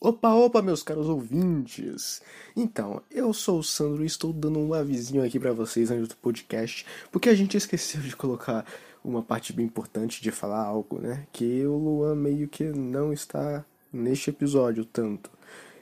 Opa, opa, meus caros ouvintes! Então, eu sou o Sandro e estou dando um avisinho aqui para vocês antes do podcast, porque a gente esqueceu de colocar uma parte bem importante de falar algo, né? Que o Luan meio que não está neste episódio tanto.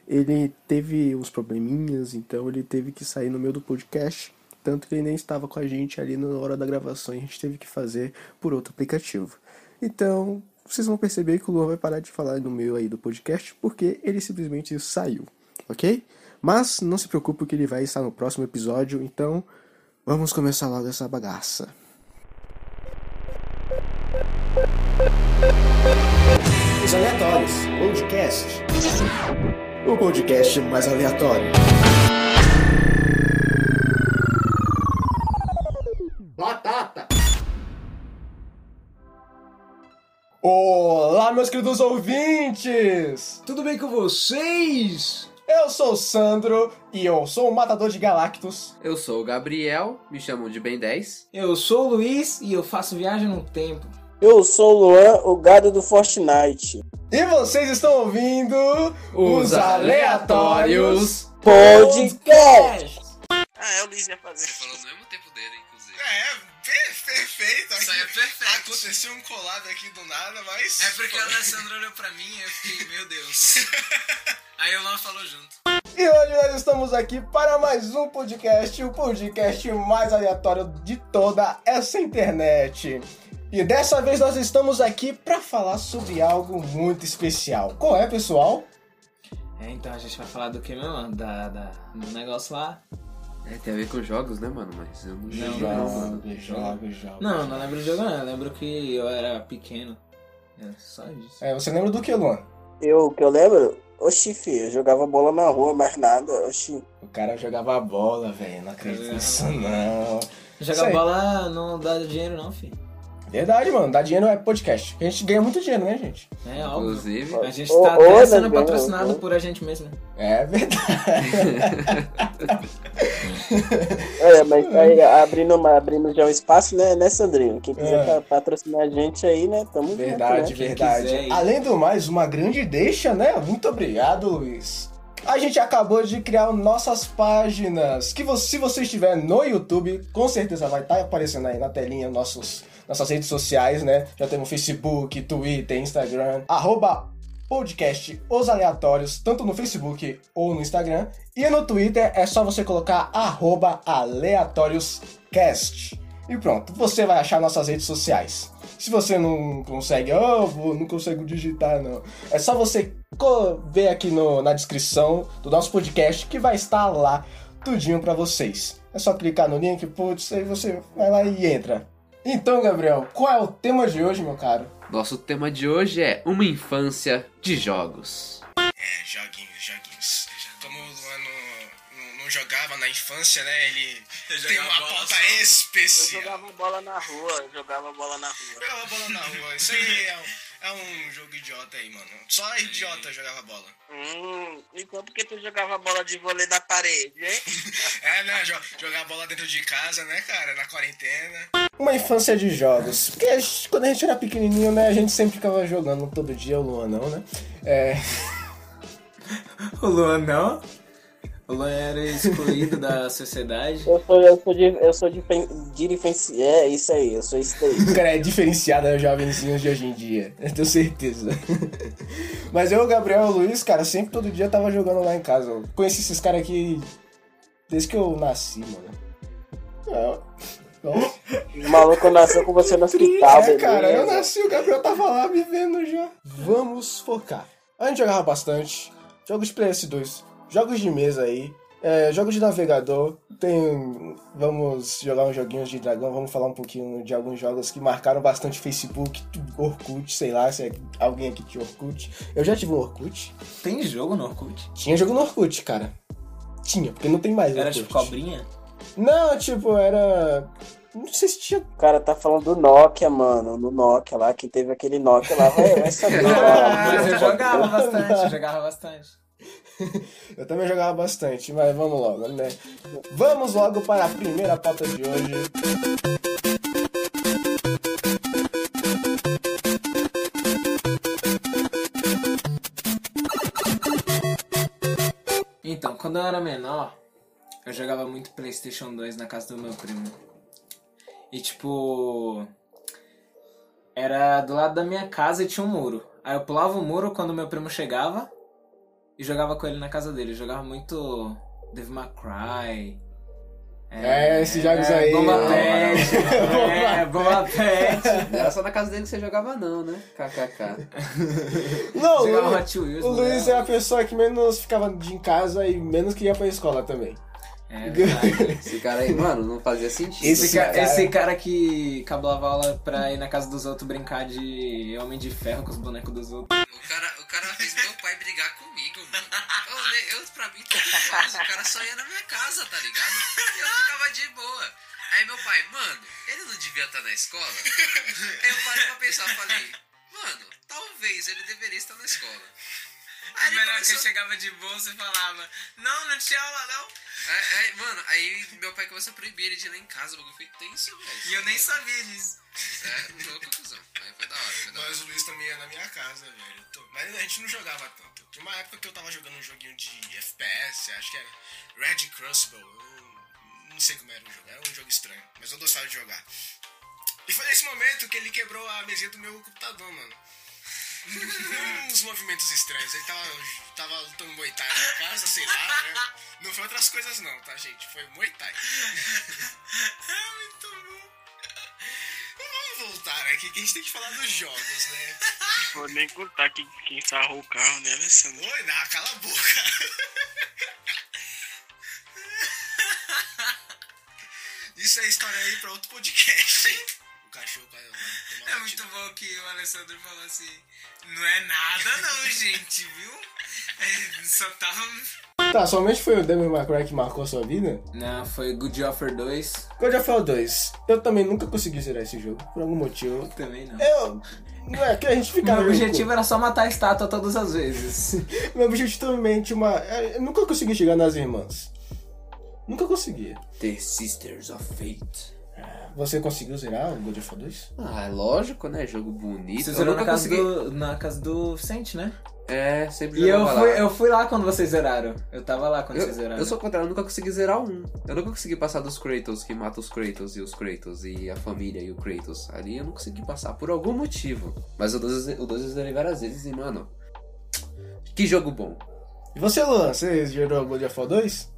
Ele teve uns probleminhas, então ele teve que sair no meio do podcast, tanto que ele nem estava com a gente ali na hora da gravação e a gente teve que fazer por outro aplicativo. Então, vocês vão perceber que o Luan vai parar de falar no meio aí do podcast, porque ele simplesmente saiu, ok? Mas não se preocupe que ele vai estar no próximo episódio, então vamos começar logo essa bagaça. Os aleatórios, podcast. O podcast mais aleatório. Batata! Olá, meus queridos ouvintes! Tudo bem com vocês? Eu sou o Sandro e eu sou o matador de Galactus. Eu sou o Gabriel, me chamam de Ben 10. Eu sou o Luiz e eu faço viagem no tempo. Eu sou o Luan, o gado do Fortnite. E vocês estão ouvindo Podcast! Ah, é o Luiz ia fazer. falou no mesmo tempo dele, inclusive. É, per- perfeito. Isso aí é perfeito. Aconteceu um colado aqui do nada, mas. É porque a Alessandra olhou pra mim e eu fiquei, meu Deus. Aí o Luan falou junto. E hoje nós estamos aqui para mais um podcast, o podcast mais aleatório de toda essa internet. E dessa vez nós estamos aqui para falar sobre algo muito especial. Qual é, pessoal? É, então a gente vai falar do que mesmo? Da, da, do negócio lá? É, tem a ver com jogos, né, mano? Mas eu não jogo, não, não, não. mano. joga, joga. Não, não lembro de jogo não. Eu lembro que eu era pequeno. É só isso. É, você lembra do que, Luan? Eu que eu lembro? Oxi, filho, eu jogava bola na rua, mais nada. Oxi. O cara jogava bola, velho. Não acredito acredito nisso, nisso, não. Jogar Sei. bola não dá dinheiro não, filho. Verdade, mano. Dar dinheiro é podcast. A gente ganha muito dinheiro, né, gente? É óbvio. Inclusive, A gente Ô, tá ô, até sendo Daniel, patrocinado ô. por a gente mesmo. É verdade. É, mas aí, abrindo, uma- abrindo já um espaço, né, né, Sandrinho? Quem quiser É. pa- patrocinar a gente aí, né, tamo Verdade, Quem junto, né? verdade. É quiser aí. Além do mais, uma grande deixa, né? Muito obrigado, Luiz. A gente acabou de criar nossas páginas. Que vo- se você estiver no YouTube, com certeza vai estar aparecendo aí na telinha nossos, nossas redes sociais, né? Já temos Facebook, Twitter, Instagram. Arroba podcast Os Aleatórios, tanto no Facebook ou no Instagram. E no Twitter é só você colocar arroba aleatórioscast. E pronto, você vai achar nossas redes sociais. Se você não consegue, ah, vou- não consigo digitar, não. É só você co- ver aqui no- na descrição do nosso podcast que vai estar lá tudinho pra vocês. É só clicar no link, putz, aí você vai lá e entra. Então, Gabriel, qual é o tema de hoje, meu caro? nosso tema de hoje é uma infância de jogos. É, joguinhos, joguinhos. Como o Luan não, não- não jogava na infância, né? Ele tem uma pauta Eu especial. jogava bola na rua, eu jogava bola na rua. Jogava bola na rua. Isso aí é um, é um jogo idiota aí, mano. Só idiota jogava bola. Hum, então por que tu jogava bola de vôlei na parede, hein? É, né? jo- Jogar bola dentro de casa, né, cara? Na quarentena. Uma infância de jogos. Porque a gente- quando a gente era pequenininho, né, a gente sempre ficava jogando todo dia, o Luan não, né? É, O Luan não? O Luan era excluído da sociedade. Eu sou, eu sou de, eu sou de, fen- de, difen- é isso aí, eu sou isso aí. o cara é diferenciado aos jovenzinhos de hoje em dia. Eu tenho certeza. Mas eu, o Gabriel e o Luiz, cara, sempre todo dia tava jogando lá em casa. Eu conheci esses caras aqui desde que eu nasci, mano. É, então, O maluco nasceu com você no hospital, é, Tá, beleza? cara, eu nasci, o Gabriel tava lá vivendo já. Vamos focar. A gente jogava bastante. Jogos de PS2, jogos de mesa aí, é, jogos de navegador. Tem. Vamos jogar uns joguinhos de dragão, vamos falar um pouquinho de alguns jogos que marcaram bastante Facebook, Orkut, sei lá, se é alguém aqui tinha Orkut. Eu já tive um Orkut. Tem jogo no Orkut? Tinha jogo no Orkut, cara. Tinha, porque não tem mais. Era Orkut. tipo cobrinha? Não, tipo, era. Não sei se tinha O cara tá falando do Nokia, mano. No Nokia lá, quem teve aquele Nokia lá vai, vai saber. Ah, mas eu Cara. jogava bastante, eu jogava bastante. Eu também jogava bastante, mas vamos logo, né? Vamos logo para a primeira pauta de hoje. Então, quando eu era menor, eu jogava muito PlayStation 2 na casa do meu primo. E tipo. Era do lado da minha casa e tinha um muro. Aí eu pulava o muro quando meu primo chegava e jogava com ele na casa dele. Eu jogava muito Devil May Cry. É, esses jogos aí, Bomba ó. Pet. é, Bomba Pet. Não era só na casa dele que você jogava, não, né? KKK. Não, Jogava o, Hot Wheels. o Luiz né? é a pessoa que menos ficava de em casa e menos que ia pra escola também. é. verdade. Esse cara aí, mano, não fazia sentido. Esse, ca- esse cara que cablava aula pra ir na casa dos outros brincar de Homem de Ferro com os bonecos dos outros. O cara, o cara fez meu pai brigar comigo, mano. Eu, eu pra mim, tudo fácil. O cara só ia na minha casa, tá ligado? Eu ficava de boa. Aí meu pai, mano, ele não devia estar na escola? Aí eu parei pra pensar, falei, mano, talvez ele deveria estar na escola. Aí ele começou... chegava de bolsa e falava: Não, não tinha aula não. Aí- aí, mano, aí meu pai começou a proibir ele de ir lá em casa, porque foi tenso, velho. sabia disso. É, louco, cuzão. Aí foi da hora, foi da hora. Mas o Luiz também é na minha casa, velho. Eu tô- Mas a gente não jogava tanto. Tinha uma época que eu tava jogando um joguinho de FPS, acho que era Red Crossbow. Eu não sei como era o jogo, era um jogo estranho, mas eu gostava de jogar. E foi nesse momento que ele quebrou a mesinha do meu computador, mano. Uns movimentos estranhos. Ele tava, tava lutando Muay Thai na casa, sei lá, né? Não foi outras coisas não, tá, gente? Foi Muay Thai. É Muito bom. Vamos voltar aqui que a gente tem que falar dos jogos, né? Vou nem contar quem, quem sarrou o carro, né, Alessandro? Oi, não, cala a boca. Isso é história aí pra outro podcast. O cachorro quase vai É tomar um uma batida. bom que o Alessandro falou assim: Não é nada não, gente, viu? É, Só tava. Tá, somente foi o Devil May Cry que marcou sua vida? Não, Né, foi Good Offer 2. God of War 2. Eu também nunca consegui zerar esse jogo, por algum motivo. Também não. Eu. Não é que a gente ficava. Meu meio objetivo era só matar a estátua todas as vezes. cu- Meu objetivo também tinha uma. é, Eu nunca consegui chegar nas irmãs. Nunca conseguia. The Sisters of Fate. Você conseguiu zerar o God of War 2? Ah, é lógico, né? Jogo bonito. Vocês eu zeraram nunca na casa, consegui. do, na casa do Vicente, né? É, sempre E eu jogava lá. fui, eu fui lá quando vocês zeraram. Eu tava lá quando Eu, vocês zeraram. eu sou o contrário, eu nunca consegui zerar um. Eu nunca consegui passar dos Kratos, que mata os Kratos e os Kratos, e a família e o Kratos. Ali eu não consegui passar, por algum motivo. Mas o 2 eu zerei várias vezes e, mano. Que jogo bom. E você, Luan, você zerou o God of War 2?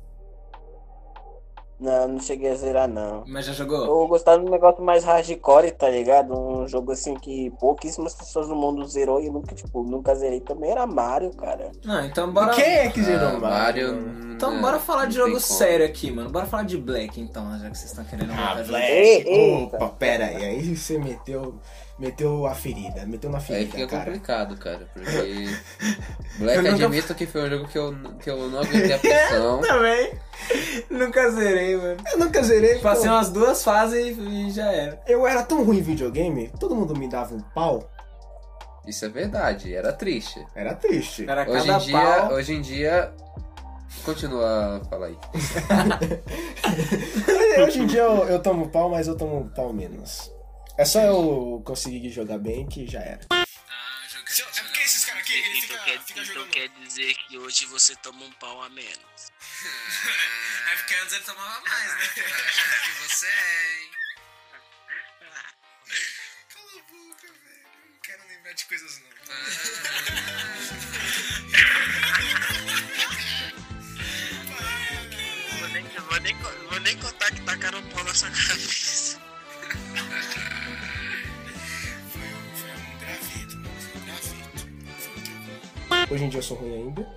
Não, não cheguei a zerar, não. Mas já jogou? Eu gostava de um negócio mais hardcore, tá ligado? Um jogo assim que pouquíssimas pessoas no mundo zerou e eu nunca, tipo, nunca zerei também. Era Mario, cara. Não, então bora. Quem é que zerou Ah, o Mario? mano? Então né, bora falar não de tem jogo como. Ah, sério aqui, mano. Bora falar de Black então, já que vocês estão querendo Ah, matar jogo. Ei, eita. Opa, pera aí. Aí você meteu. Meteu a ferida. Meteu na Aí ferida, fica cara. complicado, cara, porque. Black, Eu nunca- admito que foi um jogo que eu, que eu não aguentei a pressão. Também. Nunca zerei, mano. Eu nunca zerei. Tipo Então- assim, Passei pô. umas duas fases e já era. Eu era tão ruim em videogame, todo mundo me dava um pau. Isso é verdade, era triste. Era triste. Era Hoje cada em, dia, pau. hoje em dia. Continua a falar aí. Hoje em dia eu, eu tomo pau, mas eu tomo pau menos. É só eu conseguir jogar bem que já era. Ah, jogo Se eu- é porque esses caras aqui, ele então, fica, quer, fica então jogando. quer dizer que hoje você toma um pau a menos. É porque antes ele tomava mais, né? Achando que você é, hein? Cala a boca, velho. Eu Não quero lembrar de coisas não. Vou nem, vou nem, co- vou nem contar que tacaram um pau na sua cabeça. Foi, um- foi um graveto, mano. Foi um graveto. Foi um truco. Hoje em dia eu sou ruim ainda,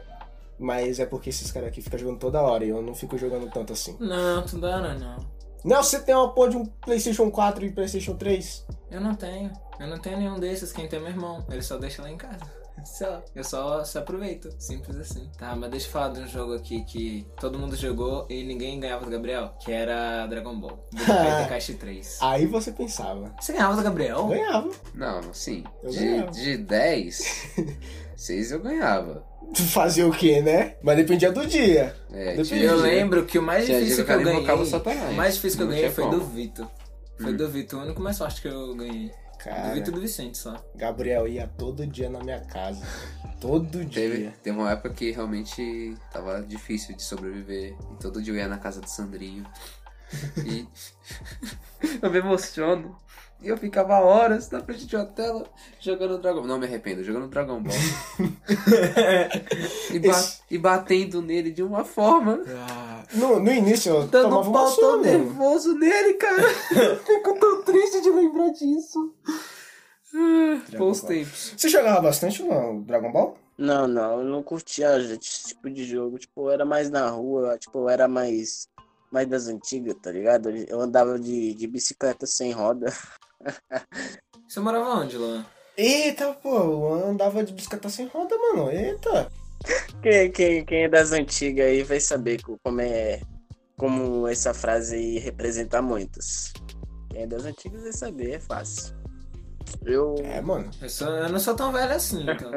mas é porque esses caras aqui ficam jogando toda hora e eu não fico jogando tanto assim. Não, tu dá não, não. Não, você tem uma porra de um PlayStation 4 e PlayStation 3? Eu não tenho. Eu não tenho nenhum desses. Quem tem é meu irmão. Ele só deixa lá em casa. Sei lá. Eu só, só aproveito. Simples assim. Tá, mas deixa eu falar de um jogo aqui que todo mundo jogou e ninguém ganhava do Gabriel. Que era Dragon Ball. Budokai Tenkaichi 3. Aí você pensava. Você ganhava do Gabriel? Ganhava. Não, assim, Eu ganhava. de, de 10, 6 eu ganhava. Fazer o quê, né? Mas dependia do dia. É, Depende. tinha- Eu lembro que o mais Tinha difícil dia que que eu eu invocava ganhei. Satanás. O mais difícil que eu Não ganhei tinha foi como. Hum. do Vitor. Foi do Vitor, o único mais forte que eu ganhei. Do Cara, Vitor do Vicente só. Gabriel ia todo dia na minha casa. Todo Teve, dia. teve uma época que realmente tava difícil de sobreviver. E todo dia eu ia na casa do Sandrinho. E eu me emociono. E eu ficava horas na frente de uma tela jogando Dragon Ball. Não me arrependo, jogando Dragon Ball. e, ba- Esse- e batendo nele de uma forma. No, no início eu Dando tomava um uma pau tão surra mesmo. nervoso nele, cara. Fico tão triste de lembrar disso. Ah, Bons Ball. tempos. Você jogava bastante no Dragon Ball? Não, não, eu não curtia gente, esse tipo de jogo. Tipo, eu era mais na rua, tipo, eu era mais, mais das antigas, tá ligado? Eu andava de, de bicicleta sem roda. Você morava onde, Luan? Eita, pô, eu andava de bicicleta sem roda, mano. Eita. Quem, quem, quem é das antigas aí vai saber co- como é como essa frase aí representa muitas. Quem é das antigas vai saber, é fácil. Eu. É, mano. Eu, sou- eu não sou tão velho assim, então.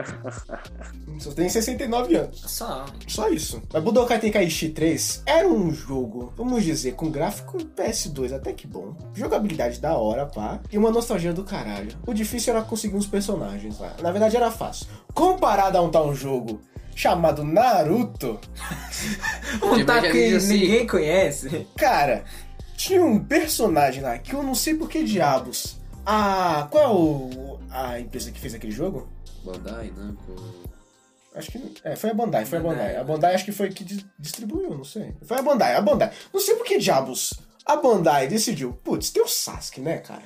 Só tem 69 anos. Só. Só isso. Mas Budokai Tenkaichi 3 era um jogo, vamos dizer, com gráfico PS2 até que bom. Jogabilidade da hora, pá. E uma nostalgia do caralho. O difícil era conseguir uns personagens lá. Na verdade era fácil. Comparado a um tal jogo chamado Naruto, Um tá que Benjamin ninguém conhece. Cara, tinha um personagem lá que eu não sei por que diabos. Ah, qual é o, a empresa que fez aquele jogo? Bandai, Namco. Acho que. É, foi a Bandai, foi a Bandai, Bandai. A né? Bandai acho que foi que di- distribuiu, não sei. Foi a Bandai, a Bandai. Não sei por que diabos. A Bandai decidiu. Putz, tem o Sasuke, né, cara?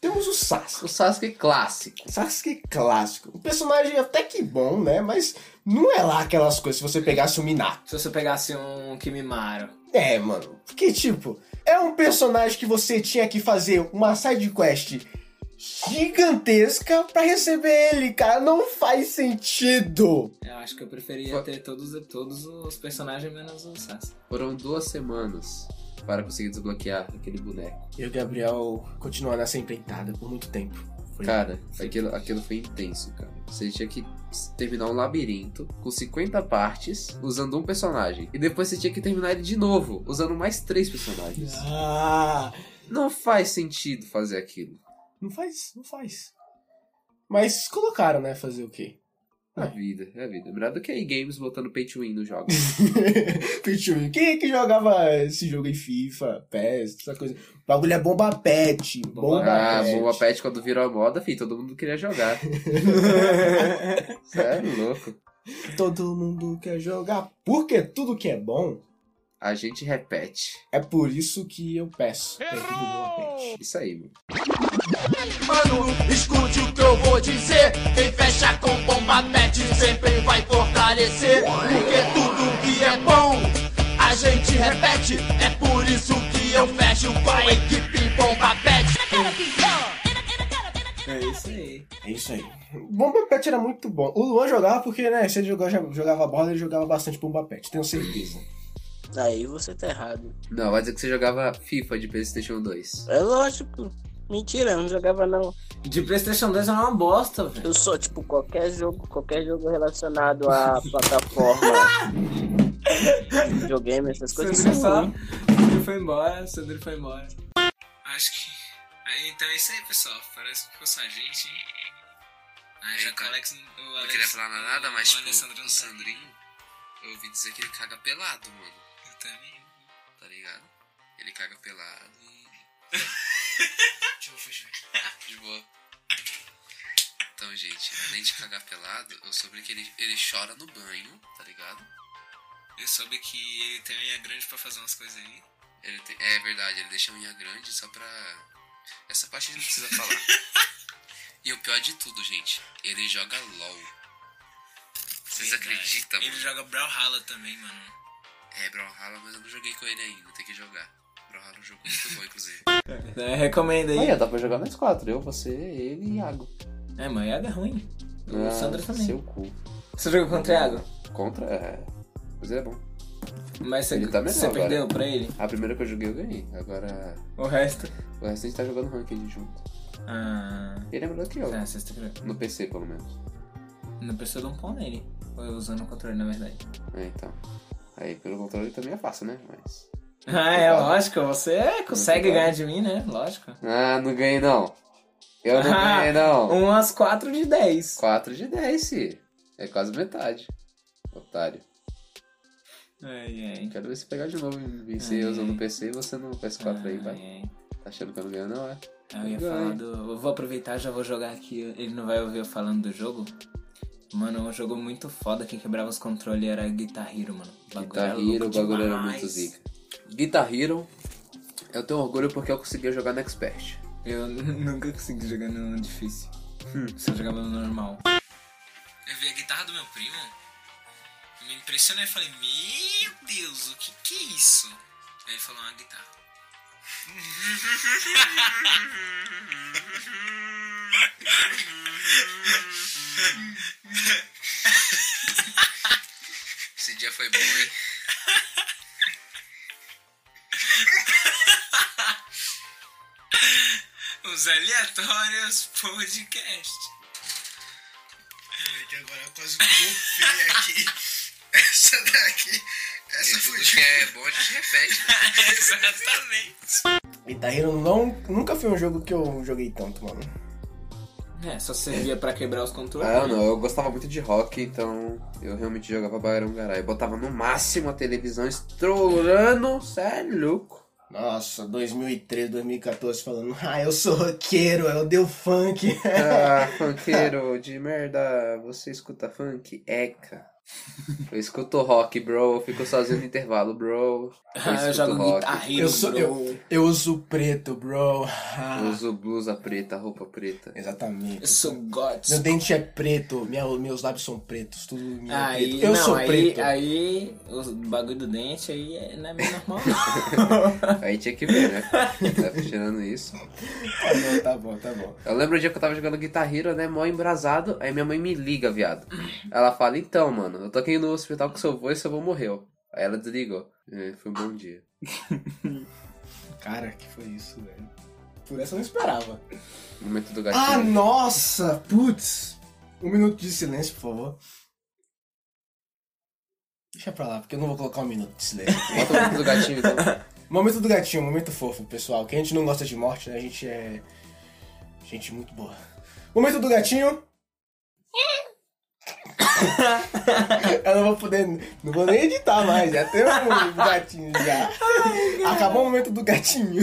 Temos o Sasuke. O Sasuke clássico. Sasuke clássico. Um personagem até que bom, né? Mas não é lá aquelas coisas se você pegasse o Minato. Se você pegasse um Kimimaro. É, mano. Porque, tipo, é um personagem que você tinha que fazer uma side quest gigantesca pra receber ele, cara. Não faz sentido. Eu acho que eu preferia Foi- ter todos, todos os personagens menos o Sasuke. Foram duas semanas para conseguir desbloquear aquele boneco. E o Gabriel continuou nessa empreitada por muito tempo. Foi. Cara, aquilo, aquilo foi intenso, cara. Você tinha que terminar um labirinto com 50 partes usando um personagem. E depois você tinha que terminar ele de novo, usando mais três personagens. Ah, Não faz sentido fazer aquilo. não faz, não faz. Mas colocaram, né? Fazer o quê? É a vida, é a vida. Melhor do que a games botando pay to win no jogo. Pay to win. Quem é que jogava esse jogo em FIFA, PES, essa coisa? O bagulho é bomba pet. Bomba, ah, pet. boa pet quando virou a moda, fi, todo mundo queria jogar. Cê é louco. Todo mundo quer jogar, porque tudo que é bom A gente repete. é por isso que eu peço. É tudo boa pet. Isso aí, mano. Mano, escute o que eu vou dizer. Quem fecha com bomba pet sempre vai fortalecer. Porque tudo que é bom, a gente repete. É por isso que eu fecho com a equipe bomba pet. É isso aí. É isso aí. Bomba Pet era muito bom. O Luan jogava porque, né, se ele jogava, jogava bola, ele jogava bastante Bomba Pet, tenho certeza. Aí você tá errado. Não, vai dizer que você jogava FIFA de PlayStation 2. É lógico. Mentira, eu não jogava não. De PlayStation 2 é uma bosta, velho. Eu sou, tipo, qualquer jogo, qualquer jogo relacionado à plataforma. Videogame, essas coisas Sandro são só. ruins. Sandro foi embora, Sandro foi embora. Acho que. aí, Então é isso aí, pessoal. Parece que fosse a gente, hein? Acho É, que o cara. Alex. o Não Alex- queria falar nada, mas o tipo, Alessandro o não sabe. Sandrinho, eu ouvi dizer que ele caga pelado, mano. Eu também. Tá ligado? Ele caga pelado e. Tipo, fechou. De boa. Então, gente, além de cagar pelado, eu soube que ele, ele chora no banho, tá ligado? Eu soube que ele também é grande pra fazer umas coisas aí. Ele tem- É verdade, ele deixa a unha grande só pra. Essa parte a gente não precisa falar. E o pior de tudo, gente, ele joga LOL. Vocês Verdade. acreditam, Ele mano? joga Brawlhalla também, mano. É, Brawlhalla, mas eu não joguei com ele ainda, tem que jogar. Brawlhalla é um jogo muito bom, inclusive. É, recomenda aí. dá pra jogar nós quatro, eu, você, ele e Iago. É, manhada é ruim. O Sandro também. Ah, Seu cu. Você jogou contra o Iago? Contra, é... Mas ele é bom. Mas você, Ele tá melhor você agora. perdeu pra ele? A primeira que eu joguei eu ganhei, agora... O resto? O resto a gente tá jogando ranked junto. Ah. Ele é melhor que eu. É, sexta-feira. No PC, pelo menos. Não precisa dar um pau nele. Foi usando o controle, na verdade. É, então... Aí, pelo controle também é fácil, né? Mas... Ah, é lógico. Você consegue Muito bom. ganhar de mim, né? Lógico. Ah, não ganhei não. Eu não Ah, ganhei, não. Umas 4 de 10. 4 de 10, fi. É quase metade. Otário. Ai, ai. Quero ver se pegar de novo e vencer Ai. usando o PC e você no PS4 aí, vai. Ai, ai. Tá achando que eu não ganho, não, é? Eu ia Vai. falar do. Eu vou aproveitar, já vou jogar aqui. Ele não vai ouvir eu falando do jogo. Mano, um jogo muito foda que quebrava os controles era Guitar Hero, mano. O bagulho era é Guitar louco Hero, o bagulho era demais. muito zica. Guitar Hero, eu tenho orgulho porque eu conseguia jogar no Expert. Eu nunca consegui jogar no difícil. Hum. Só jogava no normal. Eu vi a guitarra do meu primo. Me impressionou e falei, meu Deus, o que que é isso? Aí ele falou uma guitarra. Esse dia foi bom, hein? Os aleatórios podcast. Peraí que agora eu quase golpei aqui. Essa daqui. Essa Tudo foi que é bom a gente repete, né? Exatamente. Guitar Hero tá não, nunca foi um jogo que eu joguei tanto, mano. É, só servia pra quebrar os controles. Ah, eu não, eu gostava muito de rock, então eu realmente jogava Barão Garay. Botava no máximo a televisão estourando, cê é louco. Nossa, 2013, 2014 falando, ah, eu sou roqueiro, eu deu funk. Ah, funkeiro de merda, você escuta funk? Eca. Eu escuto rock, bro, eu fico sozinho no intervalo, bro. Ah, eu escuto jogo rock. Guitar Hero, eu sou bro. eu, eu uso preto, bro. Ah, Uso blusa preta, roupa preta. Exatamente. Eu sou gods. Meu dente é preto, minha, meus lábios são pretos, tudo meu é Aí, preto. Eu não, sou aí, preto. aí, o bagulho do dente aí é- não é meio normal. Aí tinha que ver, né? Tá tirando isso. Tá bom, tá bom, tá bom. Eu lembro o dia que eu tava jogando Guitar Hero, né? Mó embrasado. Aí minha mãe me liga, viado. Ela fala, então, mano, eu tô aqui no hospital com seu avô e seu avô morreu. Aí ela desligou. É, foi um bom dia. Cara, que foi isso, velho? Por essa eu não esperava. Momento do Ah, gatinho. nossa! Putz! Um minuto de silêncio, por favor. Deixa pra lá, porque eu não vou colocar um minuto de silêncio. Bota o momento do gatinho, então. momento do gatinho, momento fofo, pessoal. Que a gente não gosta de morte, né? A gente é. Gente muito boa. Momento do gatinho. Eu não vou poder. Não vou nem editar mais, já tem um gatinho já. Acabou o momento do gatinho.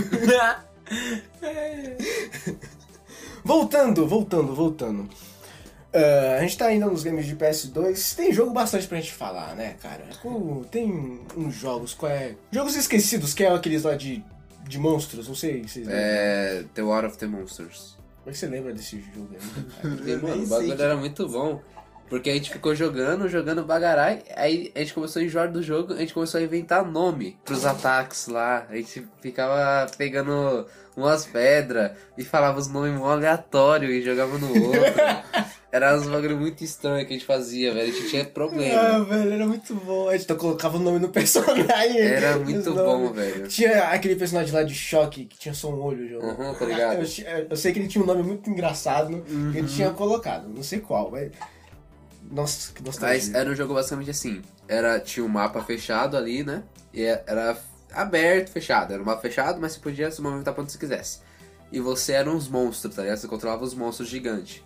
Voltando, voltando, voltando. Ah, a gente tá ainda nos games de PS2. Tem jogo bastante pra gente falar, né, cara? Como- Tem uns jogos, qual é? Jogos esquecidos, que é aqueles lá de, de monstros, não sei se vocês lembram. É. The War of the Monsters. Como é que você lembra desse jogo É aí? cara? E, mano, o bagulho era muito bom. Porque a gente ficou jogando, jogando bagarai, aí a gente começou a enjoar do jogo, a gente começou a inventar nome pros ataques lá. A gente ficava pegando umas pedras e falava os nomes mó aleatório e jogava no outro. Era uns bagulho muito estranho que a gente fazia, velho. A gente tinha Ah, problema. velho, era muito bom. A gente tá- colocava o nome no personagem. Era Os muito nomes. bom, velho. Tinha aquele personagem lá de choque que tinha só um olho, jogo. Uhum, tá ligado? Eu, ti- eu sei que ele tinha um nome muito engraçado que ele tinha colocado, não sei qual, mas. Nossa, que nostalgia. Mas era um jogo basicamente assim. Era, tinha um mapa fechado ali, né? E é- era aberto, fechado. Era um mapa fechado, mas você podia se movimentar pra onde você quisesse. E você era uns monstros, tá ligado? Você controlava os monstros gigantes.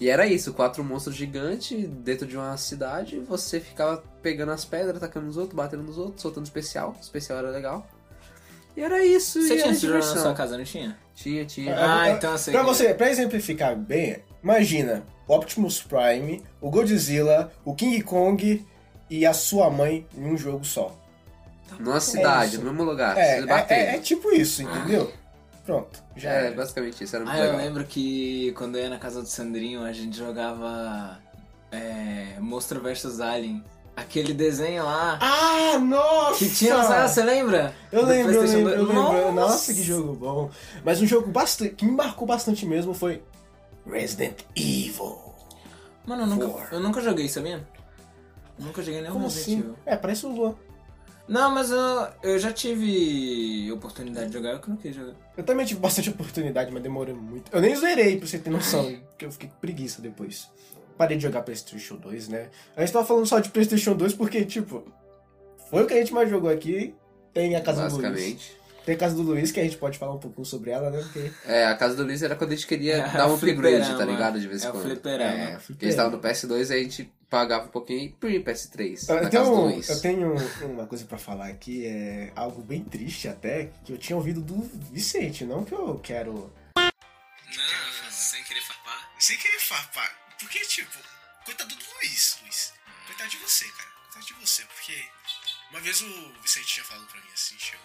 E era isso, quatro monstros gigantes dentro de uma cidade, você ficava pegando as pedras, atacando os outros, batendo nos outros, soltando especial. Especial era legal. E era isso, Você e tinha era esse jogo na sua diversão. casa, não tinha? Tinha, tinha. Ah, então assim eu sei. É, Pra que- você, pra exemplificar bem, imagina o Optimus Prime, o Godzilla, o King Kong e a sua mãe em um jogo só. É Numa cidade, isso. no mesmo Tá lugar. É, se é, batendo. é- é tipo isso, entendeu? Pronto, já É, era. basicamente isso, era muito Ah, eu legal. lembro que quando eu ia na casa do Sandrinho, a gente jogava é, Monstro vs Alien. Aquele desenho lá Ah, nossa! que tinha... Ah, você lembra? Eu Do lembro, eu PlayStation lembro, eu dois. lembro. Nossa, que jogo bom. Mas um jogo bastante, que me marcou bastante mesmo foi Resident Evil. Mano, eu nunca, Four. eu nunca joguei, sabia? Nunca joguei nenhum Como Resident assim? Evil. É, parece o Luan. Não, mas eu, eu já tive oportunidade de jogar, eu que não quis jogar. Eu também tive bastante oportunidade, mas demorou muito. Eu nem zerei, pra você ter noção, porque eu fiquei com preguiça depois. Parei de jogar PlayStation 2, né? A gente tava falando só de PlayStation 2 porque, tipo, foi o que a gente mais jogou aqui em A Casa do Luiz. Basicamente. Tem a casa do Luiz que a gente pode falar um pouquinho sobre ela, né? Porque É, a casa do Luiz era quando a gente queria É, dar um o upgrade, tá fliperama. ligado? De vez em É o quando. fliperama. É, porque Fliperama. eles estavam no PS2 e a gente pagava um pouquinho e pum, PS3. Ah, então, Eu na casa do tenho, um, Luiz. eu tenho uma coisa pra falar aqui, é algo bem triste até, que eu tinha ouvido do Vicente, não que eu quero. Cara, Não, sem querer farpar. Sem querer farpar. Porque, tipo, coitado do Luiz, Luiz. Coitado de você, cara. Coitado de você, porque. Uma vez o Vicente tinha falado pra mim assim, chegou.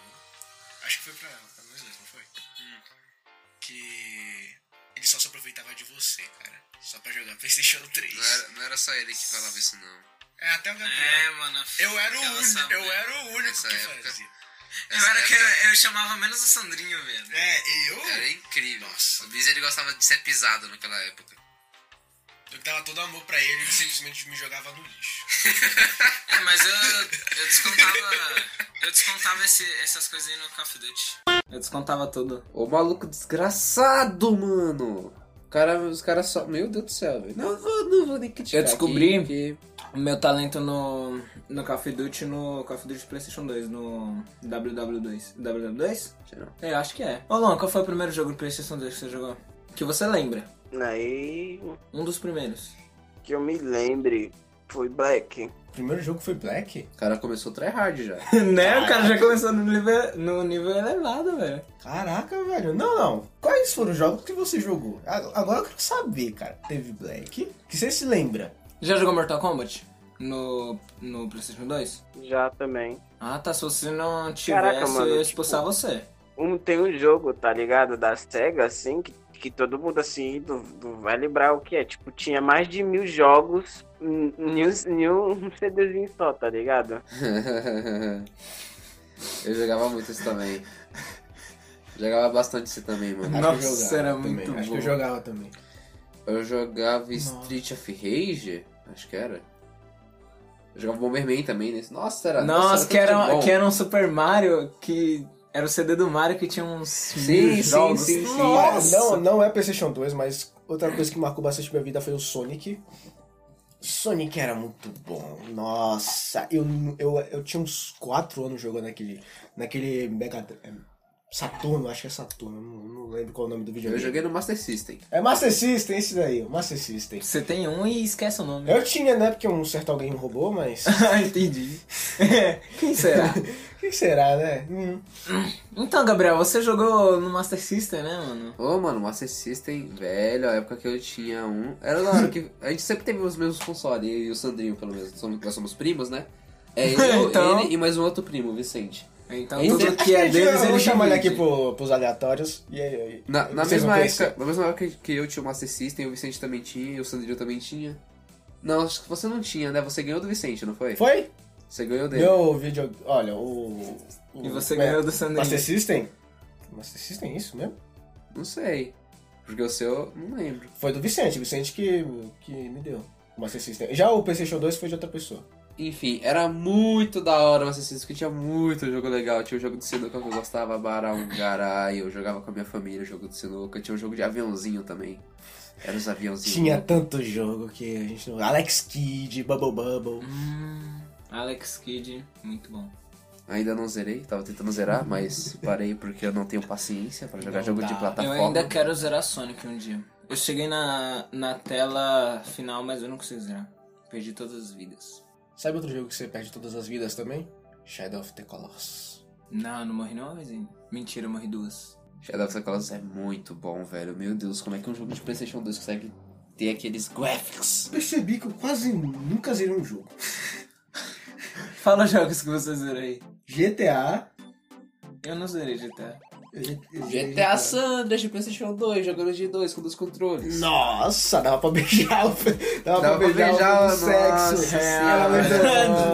Acho que foi pra, pra nós dois, não foi? Hum. Que. Ele só se aproveitava de você, cara. Só pra jogar PlayStation 3. Não era, não era só ele que falava isso, não. É, até o Gabriel. É, mano. eu era o aquela único, Sandra. eu era o único Nessa que época. fazia. Eu era que época eu, eu chamava menos o Sandrinho, velho. É, eu. Era incrível. Nossa. O Luiz ele gostava de ser pisado naquela época. Eu que dava todo amor pra ele e simplesmente me jogava no lixo. É, mas eu, eu descontava. Eu descontava esse- essas coisas aí no Call of Duty. Eu descontava tudo. Ô maluco desgraçado, mano. O cara, os caras só. Meu Deus do céu, velho. Não vou, não vou nem criticar. Eu descobri- aqui, porque- O meu talento no, no Call of Duty, no Call of Duty PlayStation 2, no WW2. WW2? Sei não. É, eu acho que é. Ô, Lon, qual foi o primeiro jogo do PlayStation 2 que você jogou? Que você lembra? Aí Um dos primeiros. que eu me lembre foi Black. O primeiro jogo foi Black? O cara começou a tryhard já. né? O cara já começou no nível, no nível elevado, velho. Caraca, velho. Não, não. Quais foram os jogos que você jogou? A- Agora eu quero saber, cara. Teve Black? Que você se lembra? Já jogou Mortal Kombat? No, no PlayStation 2? Já também. Ah, tá. Se você não tivesse, Caraca, mano, eu ia tipo- expulsar você. Um, tem um jogo, tá ligado? Da SEGA, assim, que, que todo mundo assim do, do- vai lembrar o que é. Tipo, tinha mais de mil jogos em em um- em um CDzinho só, tá ligado? eu jogava muito isso também. Jogava bastante isso também, mano. Nossa, que eu jogava era também. muito Acho bom. que eu jogava também. Eu jogava Street of Rage, acho que era. Eu jogava Bomberman também nesse. Nossa, tá, era. Nossa, é que era, tanto bom. que era um Super Mario que... Era o CD do Mario que tinha uns Sim, mil sim, jogos. sim, sim. Nossa! Não, não é PlayStation 2, mas outra coisa que marcou bastante minha vida foi o Sonic. Sonic era muito bom. Nossa, eu, eu, eu tinha uns 4 anos jogando naquele, naquele Mega. é, Saturno, acho que é Saturno, não, não lembro qual é o nome do Eu videogame. joguei no Master System. É Master System, esse daí, o Master System. Você tem um e esquece o nome. Eu tinha, né? Porque um certo alguém roubou, mas. Ah, Entendi. Quem será? Quem será, né? Hum. Então, Gabriel, você jogou no Master System, né, mano? Ô, mano, Master System, velho, a época que eu tinha um. Era da hora que. A gente sempre teve os mesmos consoles, eu e o Sandrinho, pelo menos. Somos- nós somos primos, né? É ele, eu, Então. ele e mais um outro primo, o Vicente. Então, Então, tudo Acho que a é gente- deles, eu vou ele chamar ele aqui divide. pro, pros aleatórios. E aí, aí, Na, na vocês vão mesma conhecer. época, na mesma época que eu tinha o Master System, o Vicente também tinha, e o Sandrinho também tinha. Não, acho que você não tinha, né? Você ganhou do Vicente, não foi? Foi? Você ganhou dele. Meu vídeo. Olha, o. o E você como é? ganhou do Master Sandrinho. System? Master System, isso mesmo? Não sei. Porque o seu, não lembro. Foi do Vicente, o Vicente que, que me deu. O Master System. Já o PlayStation 2 foi de outra pessoa. Enfim, era muito da hora o Master System, que tinha muito jogo legal. Tinha o jogo de sinuca que eu gostava, Baralgarai, eu jogava com a minha família o jogo de sinuca. Tinha um jogo de aviãozinho também. Era os aviãozinhos. Tinha tanto jogo que a gente não. Alex Kidd, Bubble Bubble. Hum, Alex Kidd, muito bom. Ainda não zerei, tava tentando zerar, mas parei porque eu não tenho paciência pra jogar Não jogo dá. de Eu plataforma. eu ainda quero zerar Sonic um dia. Eu cheguei na, na tela final, mas eu não consegui zerar. Perdi todas as vidas. Sabe outro jogo que você perde todas as vidas também? Shadow of the Colossus. Não, eu não morri nenhuma vez ainda. Mentira, eu morri duas. Shadow of the Colossus é muito bom, velho. Meu Deus, como é que um jogo de Playstation 2 consegue ter aqueles graphics? Percebi que eu quase nunca zerei um jogo. Fala os jogos que você zerou aí. GTA. Eu não zerei GTA. eu zerei GTA Sandra de Playstation 2, jogando de dois com dois controles. Nossa, dava pra beijar o. Dava, Dava pra beijar o um sexo. É, nossa Era senhora. muito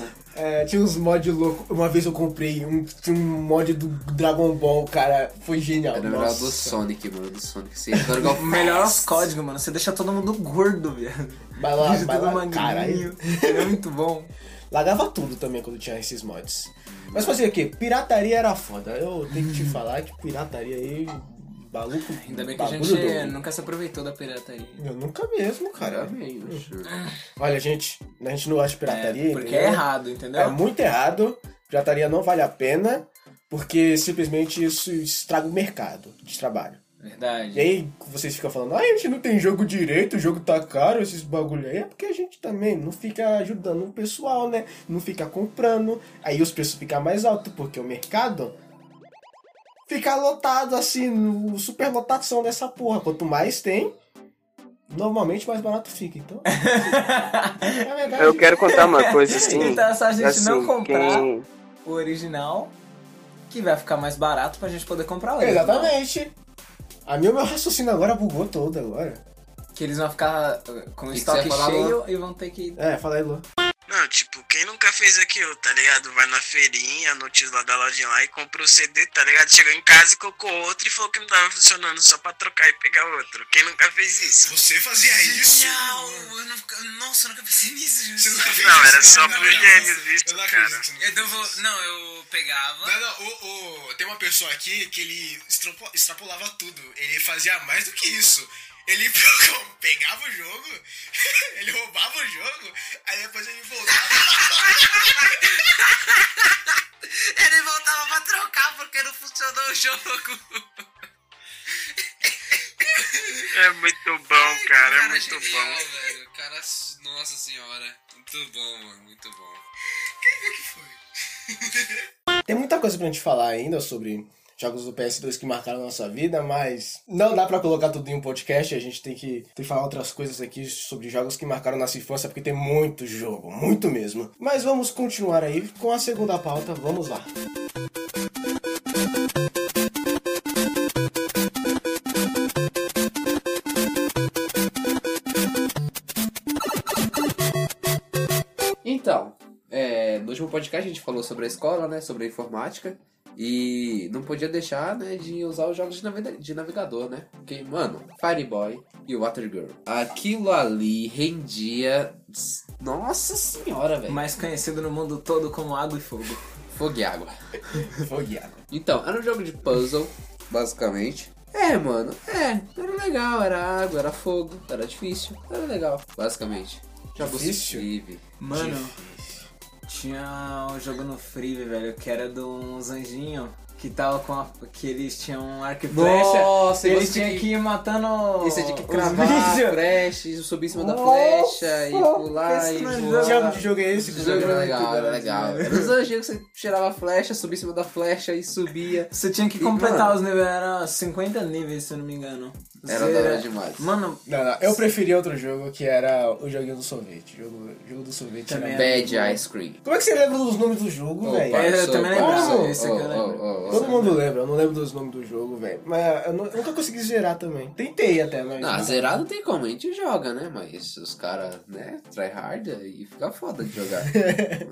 bom. É, tinha uns mod loucos. Uma vez eu comprei um, tinha um mod do Dragon Ball, cara. Foi genial. Era É melhor Nossa. do Sonic, mano, do Sonic. é Você agora igual Melhor os códigos, mano. Você deixa todo mundo gordo, viado. Vai lá, Deixa vai todo lá. Caralho. magrinho. É muito bom. Lagava tudo também quando tinha esses mods. Mas fazia o quê? Pirataria era foda. Eu tenho que te falar que pirataria aí. Maluco. Ainda bem que a gente é bagulho nunca se aproveitou da pirataria. do- Eu nunca mesmo, cara. Parabéns. Olha, gente, a gente não gosta de pirataria. É, porque né? entendeu? é errado, entendeu? É muito errado. Pirataria não vale a pena. Porque simplesmente isso estraga o mercado de trabalho. E Verdade. aí vocês ficam falando, ah, a gente não tem jogo direito, o jogo tá caro, esses bagulho aí. É porque a gente também não fica ajudando o pessoal, né? Não fica comprando. Aí os preços ficam mais altos, porque o mercado fica lotado, assim, no superlotação dessa porra. Quanto mais tem, normalmente mais barato fica. Então, é verdade. Eu quero contar uma coisa assim. então é só a gente assim, não comprar quem- o original, que vai ficar mais barato pra gente poder comprar o Exatamente. A minha, meu raciocínio agora bugou todo agora. Que eles vão ficar uh, com o que estoque você ia falar, cheio e vão ter que. É, fala aí, Lu. Não, tipo, quem nunca fez aquilo, tá ligado? Vai na feirinha, no tio lá da lojinha lá e compra o CD, tá ligado? Chegou em casa e colocou outro e falou que não tava funcionando só pra trocar e pegar outro. Quem nunca fez isso? Você fazia isso? Genial! Eu não, nossa, eu nunca pensei nisso, Você Júlio. nunca fez Não, isso? era Não, só pro não, gêmeos não. isso, Eu não acredito É cara. que você nunca fez Eu devo, isso. não, eu pegava. Não, não, o, o- tem uma pessoa aqui que ele extrapo- extrapolava tudo. Ele fazia mais do que isso. Ele pegava o jogo, ele roubava o jogo, aí depois ele voltava. Ele voltava pra trocar porque não funcionou o jogo. É muito bom, cara, é muito genial, bom. velho. Cara, nossa senhora. Muito bom, mano, muito bom. Tem muita coisa pra gente falar ainda sobre jogos do PS2 que marcaram a nossa vida, mas não dá pra colocar tudo em um podcast, a gente tem que, tem que falar outras coisas aqui sobre jogos que marcaram nossa infância, porque tem muito jogo, muito mesmo. Mas vamos continuar aí com a segunda pauta, vamos lá. Então, é, no último podcast a gente falou sobre a escola, né? Sobre a informática. E não podia deixar, né, de usar os jogos de, navega- de navegador, né? Porque, mano, Fireboy e Water Girl. Aquilo ali rendia. Nossa senhora, velho. Mais conhecido no mundo todo como Água e Fogo. Fogo e água. Fogueado. Então, era um jogo de puzzle, basicamente. É, mano, é, era legal, era água, era fogo, era difícil, era legal, basicamente. Jogos Difícil? Vive. Mano, tinha um jogo no Free, velho, que era de uns anjinhos que tava com a, que eles tinham um arco e flecha. Nossa, eles você tinham que ir matando. E você tinha que os cravar bichos. a flecha, e subir em cima da Nossa, flecha, e pular, pensa e no Que diabo voar. de jogo é esse? Esse jogo era legal, era legal. velho. Era os anjinhos que você tirava a flecha, subia em cima da flecha e subia. Você tinha que E, completar mano- os níveis, era 50 níveis, se eu não me engano. Era Você- da hora demais. Mano, Não, não, eu preferia outro jogo que era o joguinho do sorvete, jogo, jogo do sorvete. Também Era... é. Bad Ice Cream. Como é que você lembra dos nomes do jogo, Opa, velho? É, eu sou- também lembro, oh, sou esse oh, que eu lembro. oh, oh, Todo oh. mundo né? lembra, eu não lembro dos nomes do jogo, velho. Mas ah, eu, nu- eu nunca consegui zerar também. Tentei até, mas. é Ah, zerado tem como, a gente joga, né? Mas os caras, né, try hard e fica foda de jogar.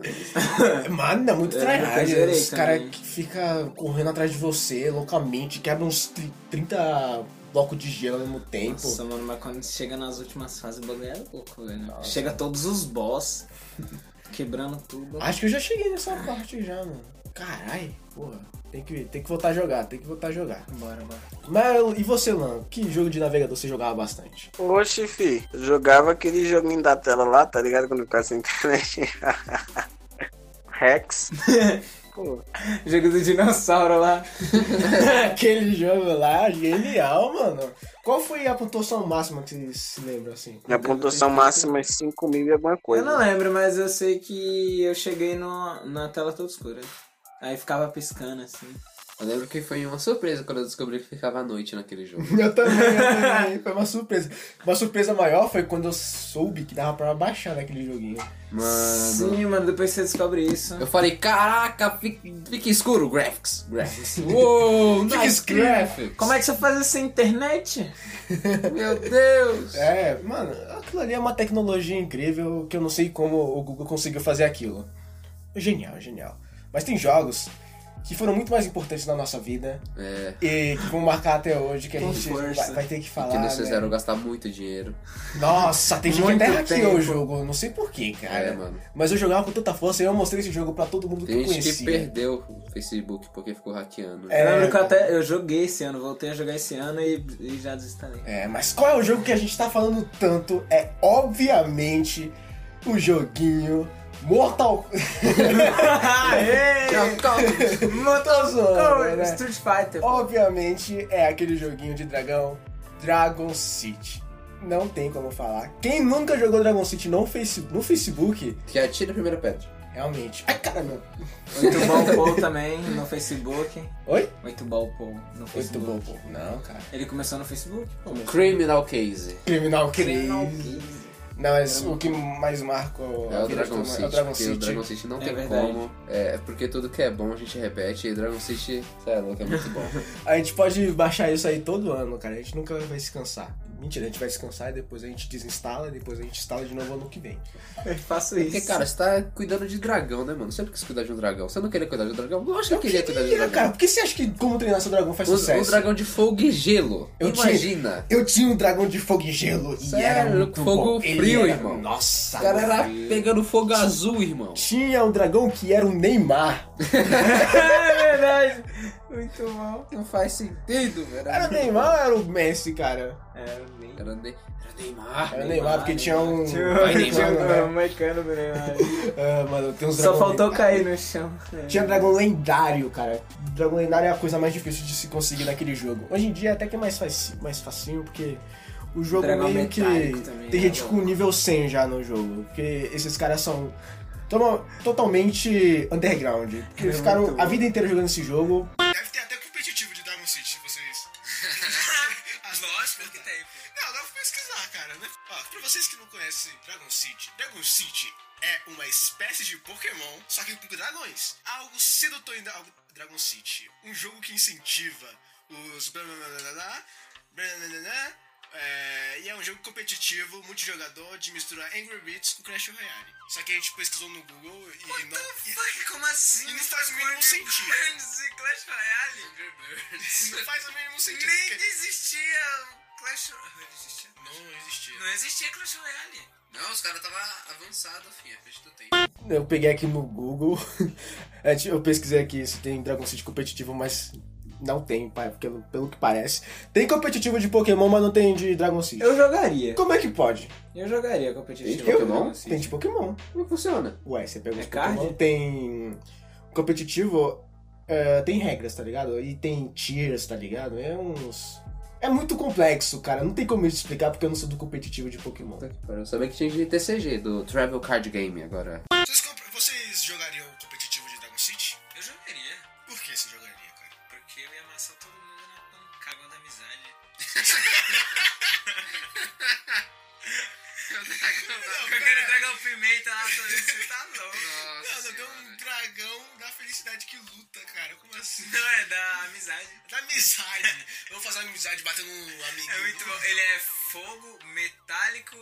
Mas- Mano, é muito Eu tryhard. nunca zerei Os caras também. que ficam correndo atrás de você loucamente, quebram uns tri- 30 blocos de gelo ao mesmo tempo. nossa, mano, mas quando chega nas últimas fases, o bagulho é louco, velho. Chega todos os boss, quebrando tudo. Acho que eu já cheguei nessa parte já, mano. Caralho, porra. Tem que, tem que voltar a jogar, tem que voltar a jogar. Bora, bora. Mas e você, Lan? Que jogo de navegador você jogava bastante? Oxe, fi, jogava aquele joguinho da tela lá, tá ligado? Quando ficava sem internet. Rex. Pô, Jogo do dinossauro lá. Aquele jogo lá, genial, mano. Qual foi a pontuação máxima que você se lembra, assim? minha pontuação máxima é 5 mil e alguma Eu coisa. não é. lembro, mas eu sei que eu cheguei no, na tela toda escura. Aí ficava piscando assim. Eu lembro que foi uma surpresa quando eu descobri que ficava à noite naquele jogo. Eu também, eu também. Foi uma surpresa. Uma surpresa maior foi quando eu soube que dava pra baixar naquele joguinho. Mano. Sim, mano, depois você descobre isso. Eu falei, caraca, fica, fica escuro, graphics, graphics. Uou, Fica nice escuro. graphics. Como é que você faz isso sem internet? Meu Deus. É, mano, aquilo ali é uma tecnologia incrível que eu não sei como o Google conseguiu fazer aquilo. Genial, genial. Mas tem jogos que foram muito mais importantes na nossa vida É, e que vão marcar até hoje, que a Com gente força. vai, vai ter que que falar. eles né? fizeram gastar muito dinheiro. né, Nossa, tem gente que Muito até hackeou tempo. o jogo, não sei porquê, cara. É, mano. Mas eu jogava com tanta força e eu mostrei esse jogo pra todo mundo que Tem eu gente que conhecia. perdeu o Facebook porque ficou hackeando. É. Eu lembro que eu até eu joguei esse ano, voltei a jogar esse ano e, e já desinstalei. É, mas qual é o jogo que a gente tá falando tanto? É obviamente o joguinho Mortal É. Aê! Mortal é Zone, né? Street Fighter. Oh. Obviamente é aquele joguinho de dragão Dragon City. Não tem como falar. Quem nunca jogou Dragon City no, face, no Facebook, Que atira a primeira pedra. realmente. Ai, caramba! Muito bom Paul também no Facebook. Oi? Muito bom Paul no Muito Facebook. bom, pô. Não, cara. Ele começou no Facebook? Pô, mas- é Criminal Case. Criminal Case. Não, mas o que mais marca É a o vida de Dragon todo mundo City. é o Dragon porque o City. Dragon City não É tem verdade. como. É porque tudo que é bom a gente repete. E Dragon City, cê é louco, é muito bom. A gente pode baixar isso aí todo ano, cara. A gente nunca vai se cansar. Mentira, a gente vai se cansar e depois a gente desinstala, depois a gente instala de novo ano que vem. Eu faço Porque, cara, você tá cuidando de dragão, né, mano? Sempre quis cuidar de um dragão. Você não queria cuidar de um dragão? Lógico que eu queria cuidar de um Mentira, dragão. cara, por que você acha que como treinar seu dragão faz Um, um sucesso? dragão de fogo e gelo. Eu tinha- Imagina. Eu tinha um dragão de fogo e gelo e Sério, era muito é fogo bom. Ele frio, era- irmão. Nossa, O cara mano. era pegando fogo azul, irmão. Tinha um dragão que era o Neymar. é verdade. Muito bom. Não faz sentido, velho. Era o Neymar ou era o Messi, cara? É, eu nem... Era, ne... era Neymar. né? Era o Neymar, porque tinha um... Tinha- tinha Mano, né? um moicano do Neymar. Ah, mano, tem uns Só dragão faltou cair no chão. É. Tinha dragão lendário, cara. Dragão lendário é a coisa mais difícil de se conseguir naquele jogo. Hoje em dia até que é mais, faci mais facinho, porque o jogo Dragão meio que. metálico também, tem né, gente com nível 100 já no jogo. Porque esses caras são toma- totalmente underground. Porque eles É ficaram muito a bom. vida inteira jogando esse jogo. Deve ter até competitivo de Dragon City, vocês. Lógico que tem. Não, dá pra pesquisar, cara, né? Ó, pra vocês que não conhecem Dragon City, Dragon City é uma espécie de Pokémon, só que com dragões. Algo sedutor em algo Dragon City. Um jogo que incentiva os... blá, blá, blá, blá, blá, blá, blá, blá, blá. É, e é um jogo competitivo, multijogador, de misturar Angry Birds com Clash Royale. Só que a gente pesquisou no Google e... não, e- Fuck, como assim? E não faz o mínimo sentido. Birds e Clash Royale. Birds. não faz o mínimo sentido. Nem porque- existia o Clash Royale. Existia? Não existia. Não existia Clash Royale. Não, os caras tava avançado, filho, à frente do tempo. Eu peguei aqui no Google. É, ti- Eu pesquisei aqui se tem Dragon City competitivo, mas. Não tem, pai, pelo, pelo que parece. Tem competitivo de Pokémon, mas não tem de Dragon City. Eu jogaria. Como é que pode? Eu jogaria competitivo. Eu não? Assim. Tem de Pokémon. Como funciona? Ué, você pega É os Pokémon, card? tem. Competitivo é, tem regras, tá ligado? E tem tiers, tá ligado? É uns. É muito complexo, cara. Não tem como eu te explicar porque eu não sou do competitivo de Pokémon. Puta que pariu, Eu sabia que tinha de TCG, do Travel Card Game agora. Vocês, compra- vocês jogariam o competitivo de Dragon City? Eu jogaria, Por que você jogaria, cara? porque eu ia amassar todo mundo na pancada da amizade. Aquele dragão pimenta lá, você tá louco. Não, não, tem um dragão da felicidade que luta, cara. Como assim? Não, é da amizade. Da amizade. Vamos fazer uma amizade batendo um amigo. É muito bom. Ele é fogo, metálico,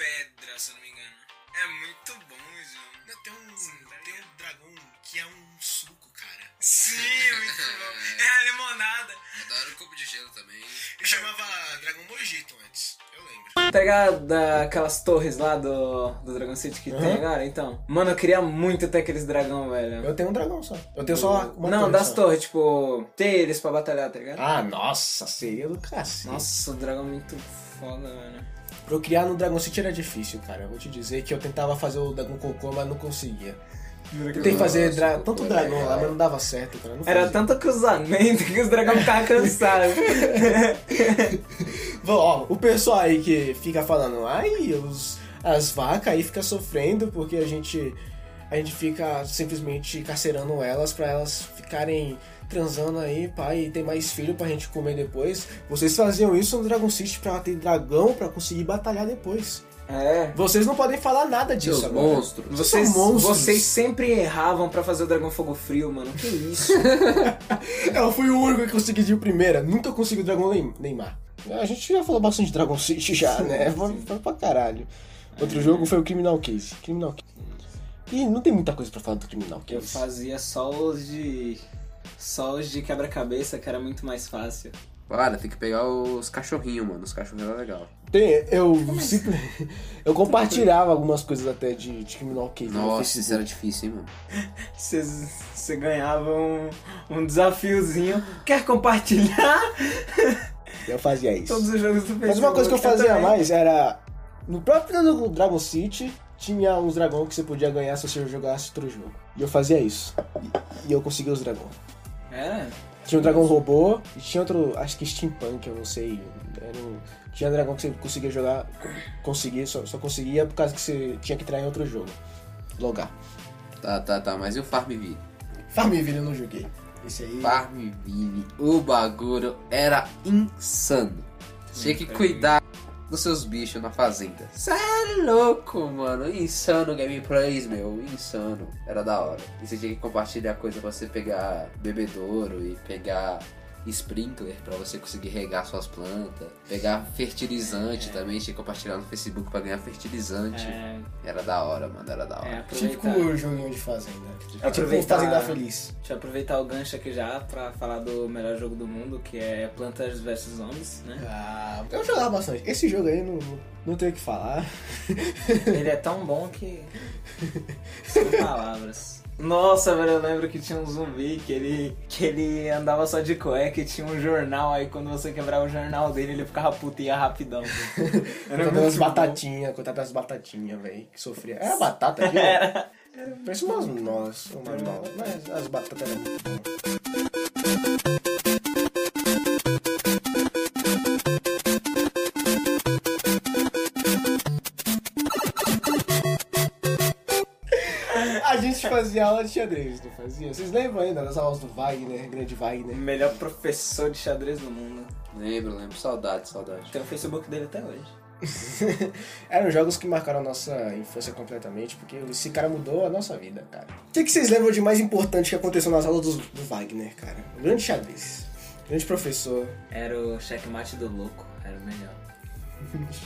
pedra, se eu não me engano. É muito bom, João. Não, tem tá um, tem um dragão que é um suco, cara. Sim, muito bom. É a limonada. Adoro o um cubo de gelo também. Eu chamava Dragão Mojito antes. Eu lembro. Tá ligado daquelas torres lá do, do Dragon City que tem Aham. agora? Então. Mano, eu queria muito ter aqueles dragão, velho. Eu tenho um dragão só. Eu tenho só uma Não, torre das só. torres, tipo, ter eles pra batalhar, tá ligado? Ah, nossa, seria do cacete. Nossa, o dragão é muito foda, mano. Procriar no Dragon City era é difícil, cara. Eu vou te dizer que eu tentava fazer o Dragon Cocô, mas não conseguia. Tentei fazer dra- tanto dragão lá, mas não dava certo, cara. Não Era fazia. tanto cruzamento que os dragões ficavam cansados. Bom, ó, o pessoal aí que fica falando, ai, os, as vacas aí fica sofrendo porque a gente a gente fica simplesmente carcerando elas pra elas ficarem transando aí, pai, e ter mais filho pra gente comer depois. Vocês faziam isso no Dragon City pra ter dragão pra conseguir batalhar depois. é. Vocês não podem falar nada disso Seus agora. monstros. Vocês Vocês, são monstros. vocês sempre erravam pra fazer o dragão fogo frio, mano. Que isso? É, Eu fui o único que consegui de primeira. Nunca consegui o Dragão Leim- Neymar. A gente já falou bastante de Dragon City já, né? Foi, foi pra caralho. Outro jogo foi o Criminal Case. Criminal Case. E não tem muita coisa pra falar do Criminal Eu Case. fazia só os de. Só os de quebra-cabeça, que era muito mais fácil. Para, tem que pegar os cachorrinhos, mano. Os cachorrinhos é legal. Tem, eu assim? simple- eu compartilhava algumas coisas até de, de Criminal Case no Nossa, isso Facebook. era difícil, hein, mano. Você ganhava um, um desafiozinho. Quer compartilhar Eu fazia isso. todos os jogos do Facebook? Mas uma coisa que eu fazia também. mais era. No próprio Dragon City, tinha uns dragão que você podia ganhar se você jogasse outro jogo. E eu fazia isso. E, e eu conseguia os dragão. É? Tinha um dragão robô e tinha outro, acho que steampunk, eu não sei. Era um- tinha dragão que você conseguia jogar, conseguia, só, só conseguia por causa que você tinha que entrar em outro jogo. Logar. Tá, tá, tá. Mas e o Farmville? Farmville eu não joguei. Esse aí. Farmville, o bagulho era insano. Tinha que cuidar dos seus bichos na fazenda. Cê é louco, mano. Insano gameplays, meu. Insano. Era da hora. E você tinha que compartilhar coisa pra você pegar bebedouro e pegar sprinkler pra você conseguir regar suas plantas. Pegar fertilizante também. Tinha que compartilhar no Facebook pra ganhar fertilizante. É, Era da hora, mano. Era da hora. é Típico aproveitar. joguinho de fazenda. Tipo Aproveitar. Fazenda Feliz. Deixa eu aproveitar o gancho aqui já pra falar do melhor jogo do mundo, que é Plantas vs Zombies, né? Ah, eu jogava bastante. Esse jogo aí não, não tenho o que falar. Ele é tão bom que. Sem palavras. Nossa, velho, eu lembro que tinha um zumbi que ele, que ele andava só de cueca e tinha um jornal, aí quando você quebrava o jornal dele, ele ficava puto e ia rapidão. Era Contando as muito bom. batatinhas, contando as batatinhas, velho. Que sofria. Era batata aqui, ó. Parece umas nós, umas nós, mas as batatas eram muito boas. A gente fazia aula de xadrez, não fazia? Vocês lembram ainda das aulas do Wagner, grande O Wagner? melhor professor de xadrez do mundo. Lembro, lembro. Saudade, saudade. Tem o Facebook dele até hoje. Eram jogos que marcaram a nossa infância completamente, porque esse cara mudou a nossa vida, cara. O que, que vocês lembram de mais importante que aconteceu nas aulas do, do Wagner, cara? Um grande xadrez. Grande professor. Era o checkmate do louco, era o melhor.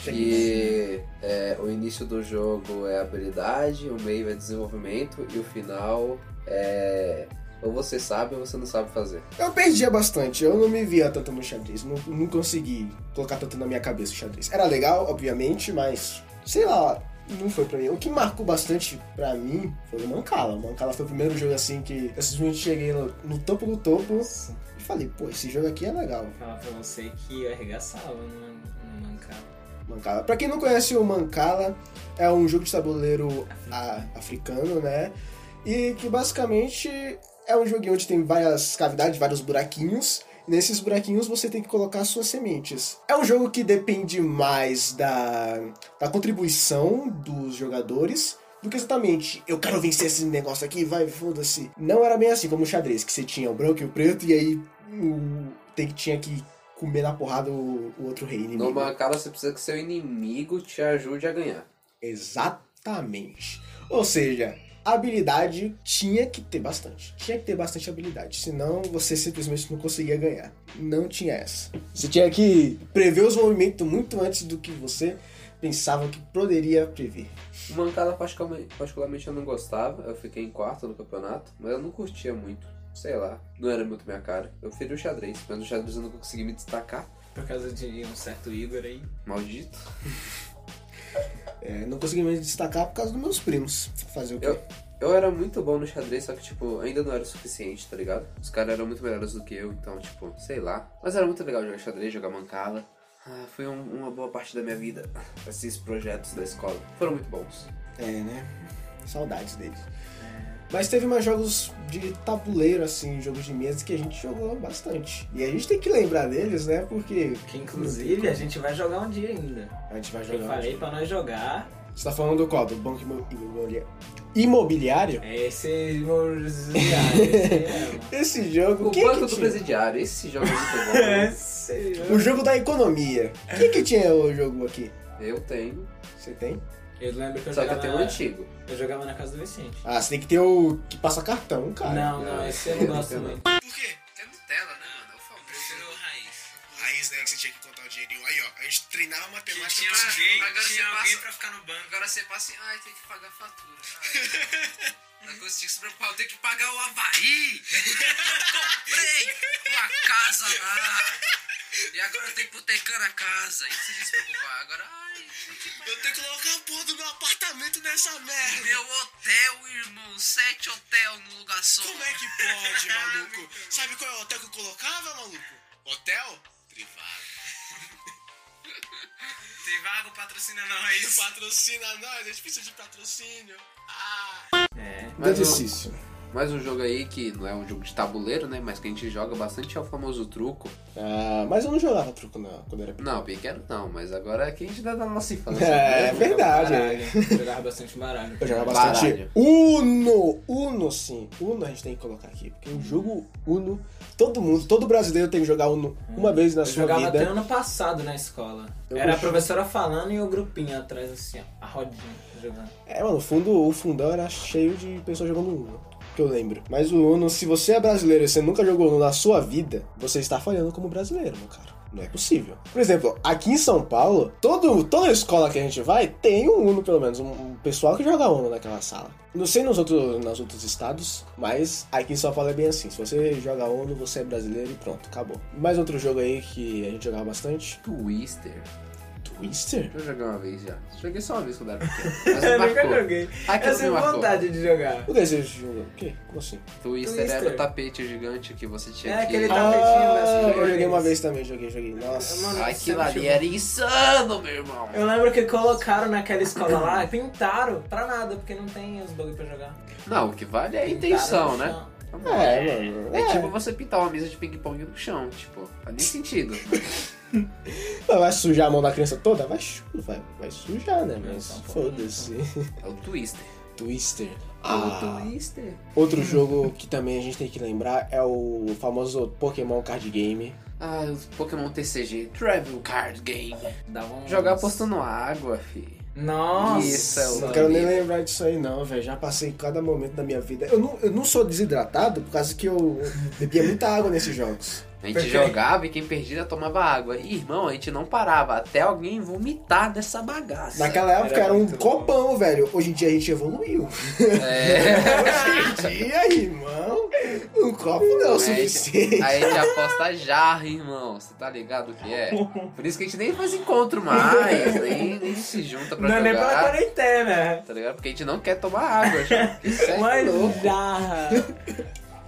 Que é, o início do jogo é habilidade, o meio é desenvolvimento e o final é. Ou você sabe ou você não sabe fazer. Eu perdia bastante, eu não me via tanto no xadrez, não, não consegui colocar tanto na minha cabeça o xadrez. Era legal, obviamente, mas sei lá, não foi pra mim. O que marcou bastante pra mim foi o Mancala. O Mancala foi o primeiro jogo assim que eu simplesmente cheguei no, no topo do topo e falei, pô, esse jogo aqui é legal. Falar pra você que eu arregaçava no, no mancava. Mancala. Pra quem não conhece o Mancala, é um jogo de tabuleiro a- africano, né? E que basicamente é um joguinho onde tem várias cavidades, vários buraquinhos. E nesses buraquinhos você tem que colocar suas sementes. É um jogo que depende mais da, da contribuição dos jogadores do que exatamente eu quero vencer esse negócio aqui, vai, foda-se. Não era bem assim como o xadrez, que você tinha o branco e o preto, e aí o, tem, tinha que comer na porrada o, o outro rei inimigo. Numa cara você precisa que seu inimigo te ajude a ganhar. Exatamente. Ou seja, habilidade tinha que ter bastante. Tinha que ter bastante habilidade, senão você simplesmente não conseguia ganhar. Não tinha essa. Você tinha que prever os movimentos muito antes do que você pensava que poderia prever. O Mancala particularme- particularmente eu não gostava, eu fiquei em quarto no campeonato, mas eu não curtia muito. Sei lá, não era muito minha cara. Eu preferi o xadrez, mas no xadrez eu não consegui me destacar. Por causa de um certo Igor aí. Maldito. É, não consegui me destacar por causa dos meus primos. Fazer o quê? Eu- Eu era muito bom no xadrez, só que, tipo, ainda não era o suficiente, tá ligado? Os caras eram muito melhores do que eu, então, tipo, sei lá. Mas era muito legal jogar xadrez, jogar mancala. Ah, foi um- uma boa parte da minha vida. Esses projetos da escola foram muito bons. É, né? Saudades deles. Mas teve mais jogos de tabuleiro, assim, jogos de mesa que a gente jogou bastante. E a gente tem que lembrar deles, né? Porque Que inclusive a gente vai jogar um dia ainda. a gente vai Eu jogar. falei pra nós jogar. Você tá falando do qual? Do banco imo- imobiliário? Imobiliário? É esse imobiliário. esse Esse jogo. O quem Banco que do tinha? Presidiário, esse jogo é muito bom. é. né? Esse O jogo. jogo da economia. Quem que tinha o jogo aqui? Eu tenho, Você tem? Eu lembro que eu só que eu jogava, tenho um na... antigo. eu jogava na casa do Vicente. Ah, você tem que ter o que passa cartão, cara. não, não, não, esse eu não gosto eu não. muito. Por quê? Tem Nutella, né, mano? Eu falo, prefiro o raiz. Raiz, né? Que você tinha que contar o dinheirinho. Aí, ó, a gente treinava matemática Tinha pra esse alguém, jogo. agora você Tinha passa, alguém pra ficar no banco. Agora você passa assim, ai, tem que pagar a fatura. Ai, não consigo se preocupar, eu tenho que pagar o Havaí. Comprei uma casa lá. E agora eu tenho que hipotecar a casa. E se se preocupar? Agora, ai, Eu tenho que colocar a porra do meu apartamento nessa merda. meu hotel, irmão. Sete hotel num lugar só. Como é que pode, maluco? Sabe qual é o hotel que eu colocava, maluco? Hotel? Privado. Se vago, patrocina nós. Patrocina nós, a gente precisa de patrocínio. Ah. É, Mas o- Delícia. Mais um jogo aí que não é um jogo de tabuleiro, né? Mas que a gente joga bastante é o famoso truco. Ah, mas eu não jogava truco não, quando era pequeno. Não, pequeno não, mas agora é que a gente dá da nossa infância. É, é né? verdade. Baralho. Jogava bastante baralho. Eu jogava Baralho. bastante Uno, Uno sim. Uno a gente tem que colocar aqui, porque o jogo Uno, todo mundo, todo brasileiro tem que jogar Uno uma vez na Hum. Eu sua jogava até vida. ano passado na escola. Eu Era a gosto. professora falando e o grupinho atrás, assim, ó. A rodinha jogando. É, mano, o fundo, o fundão era cheio de pessoas jogando Uno, que eu lembro. Mas o Uno, se você é brasileiro e você nunca jogou Uno na sua vida, você está falhando como brasileiro, meu cara. Não é possível. Por exemplo, aqui em São Paulo, todo, toda escola que a gente vai tem um Uno, pelo menos. Um, um pessoal que joga Uno naquela sala. Não sei nos outros, nos outros estados, mas aqui em São Paulo é bem assim. Se você joga Uno, você é brasileiro e pronto, acabou. Mais outro jogo aí que a gente jogava bastante. Twister. Twister? Eu joguei uma vez já. Joguei só uma vez quando era pequeno. Mas É, me marcou. joguei. Aquilo é me marcou. de jogar. O que é esse jogo? O quê? Como assim? Twister era Twister. o tapete gigante que você tinha É, que... aquele Ah, tapetinho, mas Ah, eu eu joguei joguei uma isso. vez também, joguei, joguei. Nossa. Mano, Aquilo você ali jogou. era insano, meu irmão. Eu lembro que colocaram naquela escola lá, pintaram pra nada, porque não tem os bagulho pra jogar. Não, o que vale é a Pintaram intenção, no né? chão. É, mano. É, É, tipo você pintar uma mesa de ping-pong no chão, tipo, faz nem sentido. Mas Vai sujar a mão da criança toda? Vai, chu- vai, vai sujar, né? Mas Então, pô, foda-se. É o Twister. Twister. O Ah, Twister. outro jogo que também a gente tem que lembrar é o famoso Pokémon Card Game. Ah, os Pokémon TCG, Travel Card Game. Dava um... Jogar postando água, fi. Nossa. Isso é o- não quero nem amigo. lembrar disso aí, não, velho. Já passei cada momento da minha vida. Eu não, eu não sou desidratado por causa que eu bebia muita água nesses jogos. A gente Perfeito. jogava e quem perdia tomava água. E, irmão, a gente não parava até alguém vomitar dessa bagaça. Naquela época era, um muito bom. copão, velho. Hoje em dia a gente evoluiu. É. Hoje em dia, irmão, um copo não é o Aí a gente- suficiente. Aí a gente aposta jarra, irmão. Você tá ligado o que é? Por isso que a gente nem faz encontro mais, nem, nem se junta pra Não é jogar. nem pela quarentena. Tá ligado? Porque a gente não quer tomar água, já. Isso é Mas louco. jarra.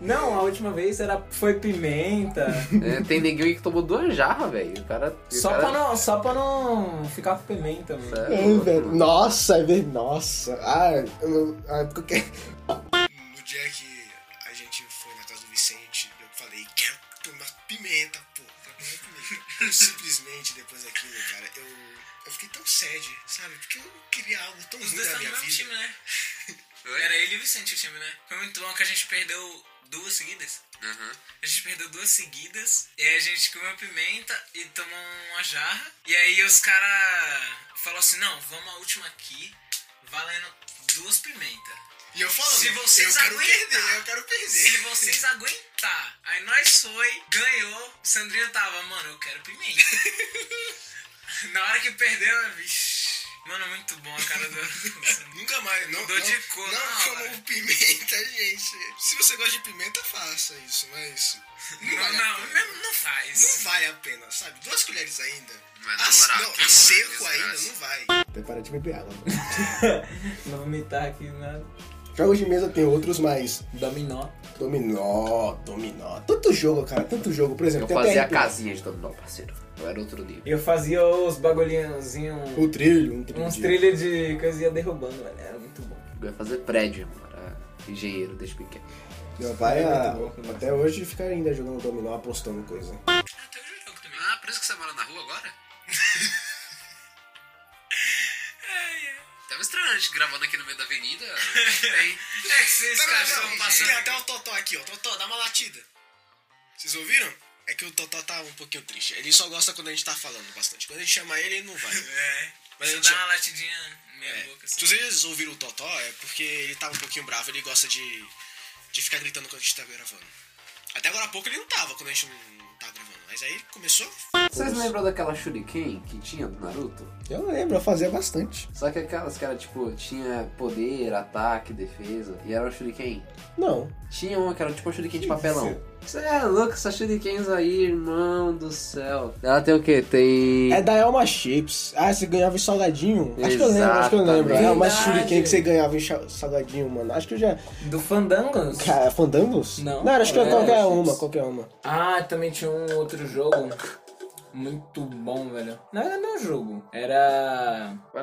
Não, a última vez era, foi pimenta. É, tem neguinho aí que tomou duas jarras, velho. O cara. o Só cara... pra, não, só pra não ficar com pimenta, mano. É É, louco, velho. mano. Nossa, é verdade. Nossa. Ah, eu, ah, porque- No dia que a gente foi na casa do Vicente, eu falei, quero tomar pimenta, pô. quero comer pimenta." Eu simplesmente depois daquilo, cara, eu, eu fiquei tão sede, sabe? Porque eu queria algo tão Os ruim dois na estão no minha mesmo vida. time, né? Era ele e o Vicente o time, né? Foi muito bom que a gente perdeu duas seguidas. Uhum. Aham. A gente perdeu duas seguidas. E aí a gente comeu pimenta e tomou uma jarra. E aí os caras falaram assim, não, vamos a última aqui, valendo duas pimentas. E eu falando, Se vocês eu quero aguentar. perder, eu quero perder. Se vocês aguentar. Aí nós foi, ganhou. Sandrinho tava, mano, eu quero pimenta. Na hora que perdeu, eu, vixi. Mano, muito bom a cara do. Nunca mais, não. Dor não, de cu, não não, como cara. pimenta, gente. Se você gosta de pimenta, faça isso, mas. Não, Não, vale a não, é pena. não, não Não faz. vale a pena, sabe? Duas colheres ainda. Mas na Assim, moral, não, que seco desgraça. ainda, não vai. Até para de beber água. Não vomitar aqui, né? Jogos de mesa tem outros, mas Dominó. dominó, dominó. Tanto jogo, cara, tanto jogo. Por exemplo, Eu tem fazia a até um casinha de dominó, parceiro. Eu era outro nível. Eu fazia os bagulhinhozinhos, um trilho, um trilho. uns de- trilhos de coisinha derrubando, velho. Era muito bom. Eu ia fazer prédio, irmão. Era engenheiro desde pequeno. Meu pai, É ah, muito bom. até hoje, fica ainda jogando dominó, apostando coisa. Até hoje eu um jogo também. Ah, por isso que você mora na rua agora? Tava estranho a gente gravando aqui no meio da avenida. Tem. É que vocês, Não, caras, não, estão não, passando. Tem até o Totó aqui, ó. Totó, dá uma latida. Vocês ouviram? É que o Totó tá um pouquinho triste. Ele só gosta quando a gente tá falando bastante. Quando a gente chama ele, ele não vai. É. Mas a Deixa eu gente. dar uma latidinha na minha É. boca Se assim. vocês ouviram o Totó, é porque ele tava um pouquinho bravo, ele gosta de, de ficar gritando quando a gente tá gravando. Até agora há pouco ele não tava quando a gente não tava gravando. Mas aí ele começou. Vocês lembram daquela Shuriken que tinha do Naruto? Eu lembro, eu fazia bastante. Só que aquelas que era tipo, tinha poder, ataque, defesa. E era o Shuriken. Não. Tinha uma que era tipo a Shuriken de papelão. Você é louco, essas Shurikens aí, irmão do céu. Ela tem o quê? Tem. É da Elma Chips. Ah, você ganhava em salgadinho. Acho que eu lembro, acho que eu lembro. Exatamente. É uma shuriken que Verdade. você ganhava em cha- salgadinho, mano. Acho que eu já... assim. Do Fandangos? Cara, Fandangos? Não. Não, acho que é É, qualquer Elma uma, Chips. qualquer uma. Ah, também tinha um outro jogo Muito bom, velho. Não era meu jogo. Era Era.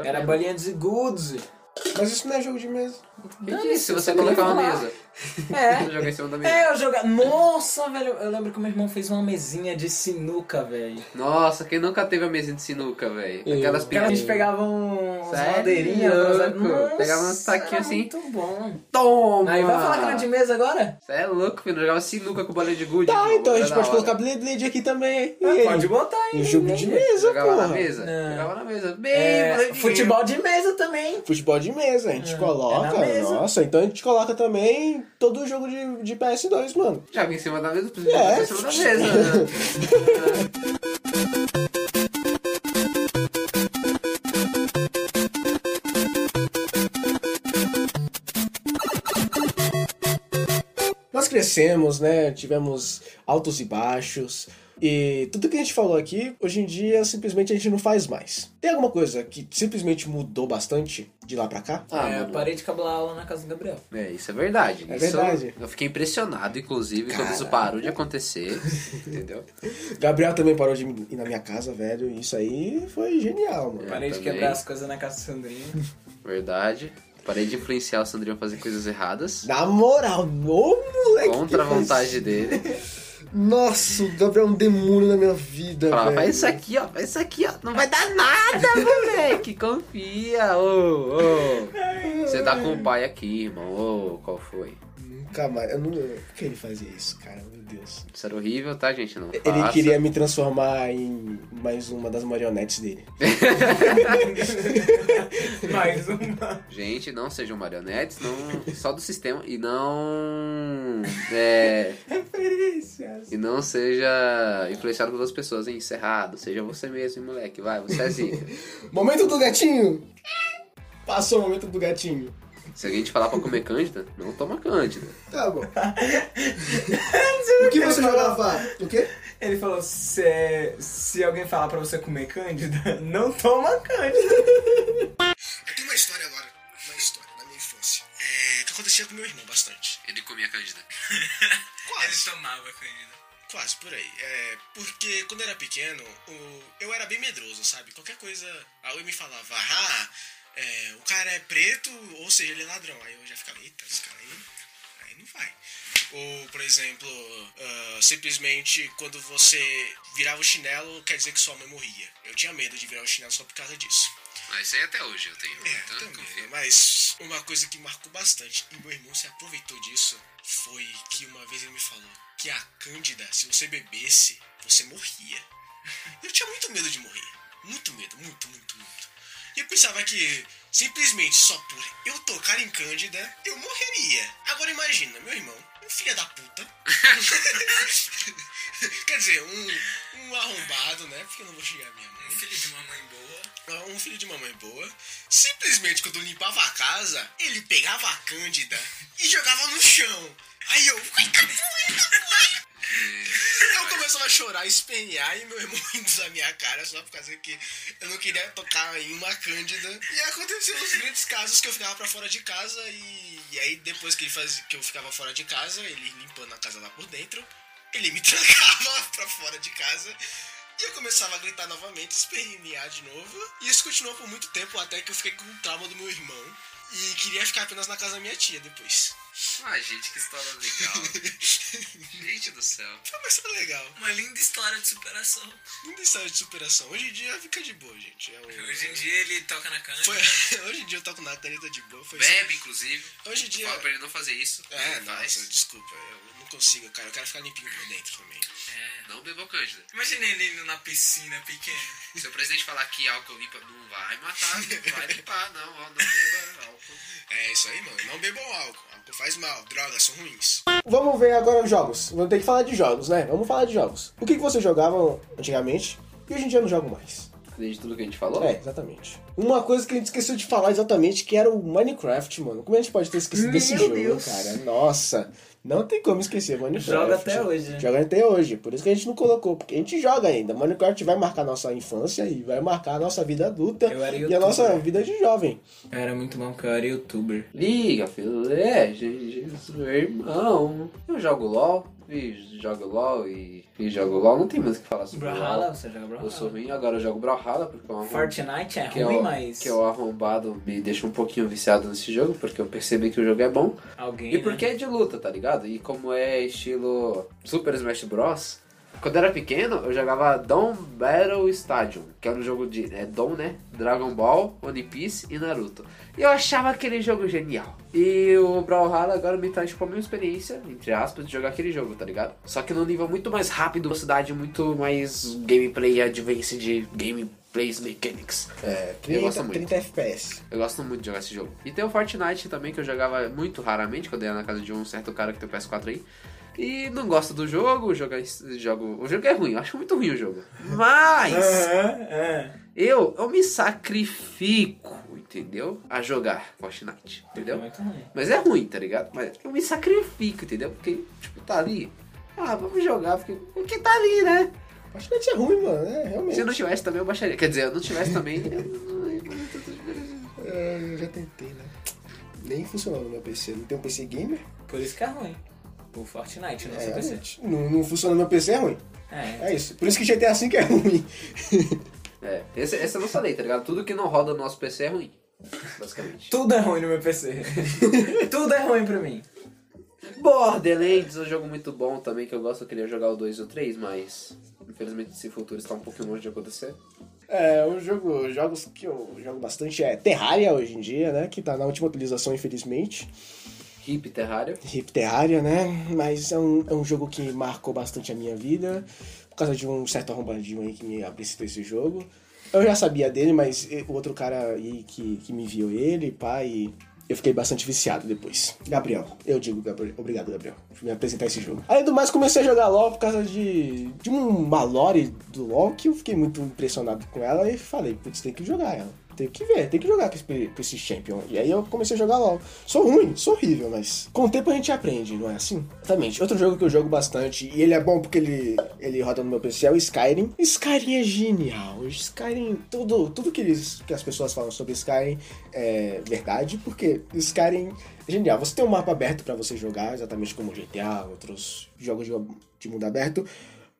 Era mesmo. Balians e Goods. Mas isso não é jogo de mesa. Que que é se você Dane-se, colocar uma eu ia mesa? falar. Jogar em cima da É. mesa. É, eu jogava. Nossa, velho. Eu lembro que meu irmão fez uma mesinha de sinuca, velho. Nossa, quem nunca teve a mesinha de sinuca, velho? Eu. Aquelas Que a pequenas. gente pegava uns Sério? madeirinhas. umas- Louco. Nossa, Pegava uns saquinhos era assim. Muito bom. Toma! Aí vai falar que não é de mesa agora? Você é louco, filho. Eu jogava sinuca com bolinha de gude. Tá, irmão, então a era gente é da pode hora. colocar Blade Blade aqui também. E aí? Ah, Pode botar aí. Um jogo de mesa, Jogava porra. na mesa? É. Jogava na mesa. Bem, É, molequinho. futebol de mesa também. Futebol de mesa, a gente É, é coloca. na mesa. Nossa, então a gente coloca também todo jogo de, de PS2, mano. Joga em cima da mesa, precisa É. jogar em cima da mesa. né? Nós crescemos, né? Tivemos altos e baixos. E tudo que a gente falou aqui, hoje em dia, simplesmente a gente não faz mais. Tem alguma coisa que simplesmente mudou bastante de lá pra cá? Ah, é, mano. parei de cabelar aula na casa do Gabriel. É, isso é verdade. É Isso verdade. Eu fiquei impressionado, inclusive, quando isso Caralho. parou de acontecer. Entendeu? Gabriel também parou de ir na minha casa, velho. e Isso aí foi genial, mano. É, Parei de também. quebrar as coisas na casa do Sandrinho. Verdade. Parei de influenciar o Sandrinho a fazer coisas erradas. Na moral, ô moleque. Contra a que faz- vontade dele. Nossa, o Gabriel é um demônio na minha vida, Fala, velho. faz isso aqui, ó. Faz isso aqui, ó. Não vai dar nada, moleque. Confia, ô, ô. Você tá com o pai aqui, irmão. Ô, qual foi? Nunca mais. Eu não... Por que ele fazia isso, cara? Meu Deus. Isso era horrível, tá, gente? Não Ele faça. queria me transformar em mais uma das marionetes dele. Mais uma. Gente, não sejam marionetes, não... Só do sistema. E não... É... Referências. E não seja influenciado por outras pessoas, hein? Encerrado. Seja você mesmo, hein, moleque. Vai, você é zica. Momento do gatinho! Passou o momento do gatinho. Se alguém te falar pra comer cândida, não toma cândida. Tá bom. o que você jogava? O quê? Ele falou: se, é, se alguém falar pra você comer cândida, não toma cândida. Eu tenho uma história agora. Uma história da minha infância. É, que acontecia com meu irmão bastante. Ele comia cândida. Quase. tomava cândida. Quase, por aí. É, porque quando eu era pequeno, o- eu era bem medroso, sabe? Qualquer coisa, alguém me falava, ah, é, o cara é preto, ou seja, ele é ladrão. Aí eu já ficava, eita, esse cara aí, aí não vai. Ou, por exemplo, ah, simplesmente quando você virava o chinelo, quer dizer que sua mãe morria. Eu tinha medo de virar o chinelo só por causa disso. Mas Ah, isso aí até hoje eu tenho. É, então também, confia. né? mas uma coisa que marcou bastante e meu irmão se aproveitou disso foi que uma vez ele me falou que a Cândida, se você bebesse, você morria. Eu tinha muito medo de morrer. Muito medo, muito, muito, muito. E eu pensava que simplesmente só por eu tocar em Cândida, eu morreria. Agora imagina, meu irmão, um filho da puta. Quer dizer, um, um arrombado, né? Porque eu não vou xingar minha mãe. Um Filho de uma mãe boa. Um filho de mamãe boa, simplesmente quando limpava a casa, ele pegava a Cândida e jogava no chão. Aí eu. Eu começava a chorar, espernear e meu irmão indo na minha cara só por causa que eu não queria tocar em uma Cândida. E aconteceu os grandes casos que eu ficava pra fora de casa e, e aí depois que, ele fazia, que eu ficava fora de casa, ele limpando a casa lá por dentro, ele me trancava pra fora de casa e eu começava a gritar novamente, espernear de novo. E isso continuou por muito tempo, até que eu fiquei com o trauma do meu irmão. E queria ficar apenas na casa da minha tia depois. Ah, gente, que história legal. gente do céu. Foi uma história legal. Uma linda história de superação. Linda história de superação. Hoje em dia fica de boa, gente. É o... Hoje em dia ele toca na cana. Foi... Hoje em dia eu toco na caneta de boa. Foi Bebe, inclusive. Hoje em dia. Fala pra ele não fazer isso. É, Ele faz. nossa, desculpa. Eu não consigo, cara. Eu quero ficar limpinho por dentro também. É, Não beba cândida. Imagina ele indo na piscina pequena. Se o presidente falar que álcool limpa, não vai matar, não vai limpar, não. Ó, não beba álcool. É isso aí, mano. Não bebam álcool. Álcool faz mal. Drogas são ruins. Vamos ver agora os jogos. Vamos ter que falar de jogos, né? Vamos falar de jogos. O que, que vocês jogavam antigamente e hoje em dia eu não jogo mais? Além de tudo que a gente falou? É, exatamente. Uma coisa que a gente esqueceu de falar exatamente, que era o Minecraft, mano. Como a gente pode ter esquecido Meu desse jogo, Deus. cara? Nossa, não tem como esquecer Minecraft. Joga até hoje. né? Joga até hoje, por isso que a gente não colocou, porque a gente joga ainda. Minecraft vai marcar nossa infância e vai marcar a nossa vida adulta Eu era e a youtuber. nossa vida de jovem. Era muito bom que eu era youtuber. Liga, filho. É, gente, seu irmão. Eu jogo LOL. e jogo LOL e, e jogo LOL. Não tem muito o que falar sobre Brawlhalla, LOL. você joga Eu sou Brawlhalla. ruim, agora eu jogo Brawlhalla porque é uma Fortnite é que é, ruim, o, mas que é o arrombado me deixa um pouquinho viciado nesse jogo, porque eu percebi que o jogo é bom. alguém. né? E porque é de luta, tá ligado? E como é estilo Super Smash Bros. Quando eu era pequeno, eu jogava Dawn Battle Stadium, que era um jogo de é, Dawn, né? Dragon Ball, One Piece e Naruto. E eu achava aquele jogo genial. E o Brawlhalla agora me traz tipo, a mesma experiência, entre aspas, de jogar aquele jogo, tá ligado? Só que num nível muito mais rápido, velocidade, muito mais gameplay advance de gameplays mechanics. É, que eu gosto 30, muito. 30 FPS. Eu gosto muito de jogar esse jogo. E tem o Fortnite também, que eu jogava muito raramente, quando eu ia na casa de um certo cara que tem o PS4 aí. E não gosto do jogo, joga, jogo, o jogo é ruim, eu acho muito ruim o jogo. Mas Aham, é. eu, eu me sacrifico, entendeu? A jogar Fortnite, É entendeu? muito ruim. Mas é ruim, tá ligado? Mas eu me sacrifico, entendeu? Porque, tipo, tá ali. Ah, vamos jogar, porque, porque tá ali, né? Acho que é ruim, mano, né? é, realmente. Se eu não tivesse também, eu baixaria. Quer dizer, eu não tivesse também. eu não- É, eu já tentei, né? Nem funcionou no meu PC. Não tem um PC gamer? Por isso que é ruim. O Fortnite, não É, sei PC. realmente. Não, não funciona no meu PC, é ruim. É. É isso. Por isso que GTA V é ruim. É, esse, esse eu não falei, tá ligado? Tudo que não roda no nosso PC é ruim, basicamente. Tudo é ruim no meu PC. Tudo é ruim pra mim. Borderlands é um jogo muito bom também, que eu gosto, eu queria jogar o 2 e o 3, mas infelizmente esse futuro está um pouquinho longe de acontecer. É, um jogo, jogos que eu jogo bastante é Terraria hoje em dia, né? Que tá na última atualização, infelizmente. Hip Terraria. Hip Terraria, né? Mas é um, é um jogo que marcou bastante a minha vida. Por causa de um certo arrombadinho aí que me apresentou esse jogo. Eu já sabia dele, mas eh, o outro cara aí que, que me viu ele, pai, e eu fiquei bastante viciado depois. Gabriel, eu digo Gabriel. Obrigado, Gabriel, por me apresentar esse jogo. Além do mais, comecei a jogar LOL por causa de, de uma lore do LOL que eu fiquei muito impressionado com ela e falei, putz, tem que jogar ela. Tem que ver, tem que jogar com esse, com esse champion. E aí eu comecei a jogar LOL. Sou ruim, sou horrível, mas com o tempo a gente aprende, não é assim? Exatamente. Outro jogo que eu jogo bastante, e ele é bom porque ele, ele roda no meu PC, é o Skyrim. Skyrim é genial. Skyrim, tudo, tudo que, eles, que as pessoas falam sobre Skyrim é verdade, porque Skyrim é genial. Você tem um mapa aberto pra você jogar, exatamente como GTA, outros jogos de, de mundo aberto.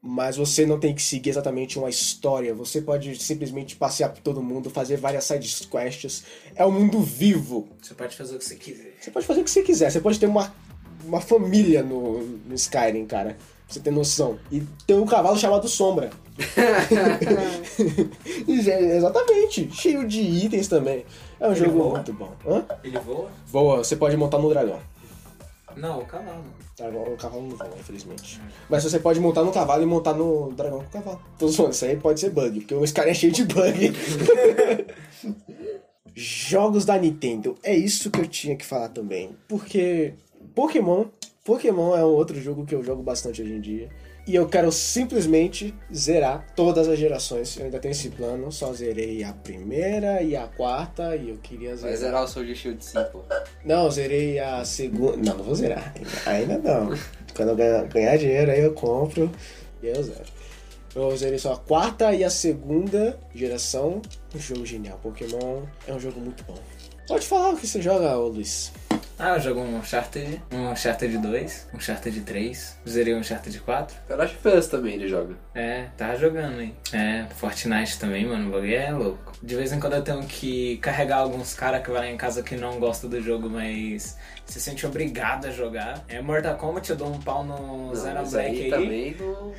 Mas você não tem que seguir exatamente uma história. Você pode simplesmente passear por todo mundo, fazer várias side quests. É um mundo vivo. Você pode fazer o que você quiser. Você pode fazer o que você quiser. Você pode ter uma, uma família no, no Skyrim, cara. Pra você ter noção. E tem um cavalo chamado Sombra. E já- Exatamente. Cheio de itens também. É um Ele jogo voa? muito bom. Hã? Ele voa? Voa, você pode montar no dragão. Não, o cavalo. Dragão- É, O cavalo não voa, infelizmente. Mas você pode montar no cavalo e montar no dragão com o cavalo. Tô zoando, isso aí pode ser bug, porque o Skyrim é cheio de bug. Jogos da Nintendo. É isso que eu tinha que falar também. Porque Pokémon, Pokémon é um outro jogo que eu jogo bastante hoje em dia. E eu quero simplesmente zerar todas as gerações. Eu ainda tenho esse plano, só zerei a primeira e a quarta e eu queria zerar. Vai zerar o Soldier Shield 5. Não, eu zerei a segunda. Não, não vou zerar. Ainda não. Quando eu ganhar, ganhar dinheiro, aí eu compro e aí eu zero. Eu zerei só a quarta e a segunda geração. Um jogo genial. Pokémon é um jogo muito bom. Pode falar o que você joga, ô Luiz. Ah, eu jogo um Uncharted, um Uncharted 2, um Uncharted 3, zerei um Uncharted 4. O Last of Us também ele joga. É, tava jogando, hein? É, Fortnite também, mano, o bagulho é louco. De vez em quando eu tenho que carregar alguns caras que vai lá em casa que não gosta do jogo, mas se sente obrigado a jogar. É Mortal Kombat, eu dou um pau no Não, Zero mas Black aí. aí também não.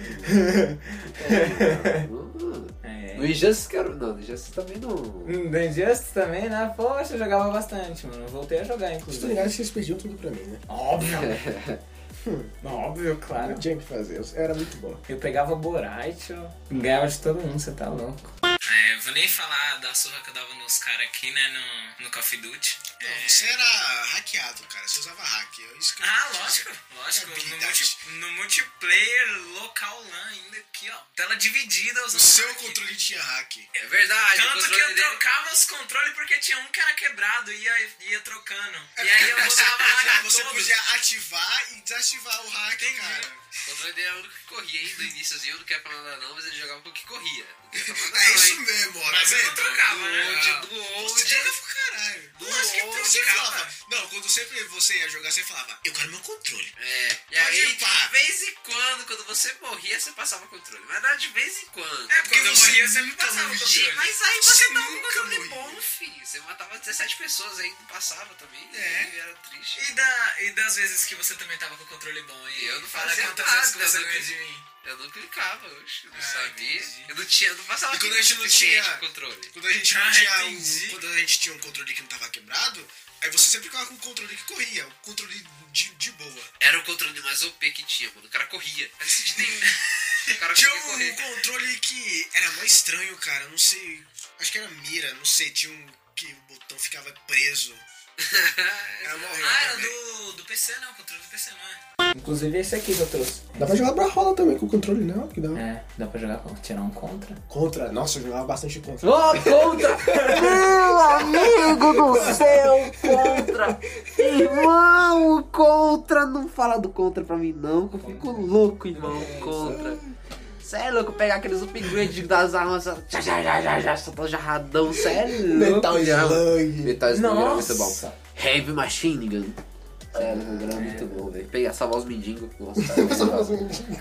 não, não. É. No Injustice quero. Não, no Injustice também não. Hum, The Injustice também, né? Poxa, eu jogava bastante, mano. Eu voltei a jogar, Estou inclusive. ligado que vocês perdiam tudo pra mim, né? Óbvio! É Ah, Não, óbvio, claro. Não tinha o que fazer. eu- Era muito bom. Eu pegava Boracho, ganhava de todo mundo, você tá louco. É, vou nem falar da surra que eu dava nos caras aqui, né, no, no Call of Duty. Não, É, você era hackeado, cara. Você usava hack. É isso que eu Ah, quis lógico, dizer. lógico. No, Habilidade. multi- no multiplayer local LAN ainda aqui, ó. Tela dividida. Os O seu controle tinha hack. É verdade, o Tanto que controle eu dele... trocava os controles porque tinha um que era quebrado e ia, ia trocando. É E aí eu porque você botava podia- lá em Você todos. podia ativar e desativar o hack, cara. O é controle dele era o único que corria, hein? Do iníciozinho, não quer falar nada não, mas ele jogava um pouco que corria. Não quer falar nada É não, isso hein? mesmo, ó. Mas tá eu não vendo? trocava, Do né? old, do Você old... joga pra caralho. Do Lógico que Sempre você falava. Não, quando sempre você ia jogar, você falava, eu quero meu controle. É. E Pode aí, ir, pá. de vez em quando, quando você morria, você passava o controle. Mas era de vez em quando. É, quando eu morria, você me passava o Gente, controle. Mas aí você Você dava um nunca controle morria. bom, filho. Você matava 17 pessoas aí, não passava também. É. E era triste. E, da, e das vezes que você também tava com o controle bom e Eu não Fala fazia quantas nada, vezes que você eu não ganhou de queria. mim. Eu não clicava, oxe, eu não Ah, sabia. entendi. Eu não tinha, eu não passava E quando a gente não suficiente tinha- pro controle. Quando a gente não Ah, tinha entendi. um, quando a gente tinha um controle que não tava quebrado, aí você sempre ficava com o controle que corria, o controle de, de boa. Era o controle mais OP que tinha, mano. O cara corria. Era sentido nenhum. O cara Tinha conseguia um correr. controle que era mais estranho, cara, não sei, acho que era mira, não sei, tinha um que o botão ficava preso. Era mó ruim Ah, era também. do, do PC, não, o controle do PC, não é? Inclusive esse aqui que eu trouxe. Dá pra jogar pra rola também com o controle, né? Que dá. É, dá pra jogar com tirar um contra. Contra. Nossa, eu jogava bastante contra. Oh, contra! Meu amigo do céu, contra! Irmão, o contra! Não fala do contra pra mim, não, que eu fico louco, irmão. Contra. Cê é louco pegar aqueles upgrades das armas. só- Já, já, já, já, já, só tô jarradão. Cê é louco. Metal já. Slug. Metal Slug era muito bom. Nossa! Heavy Machine Gun. Cê é louco, era muito bom, velho. Pegar, salvar os mendigos. Nossa,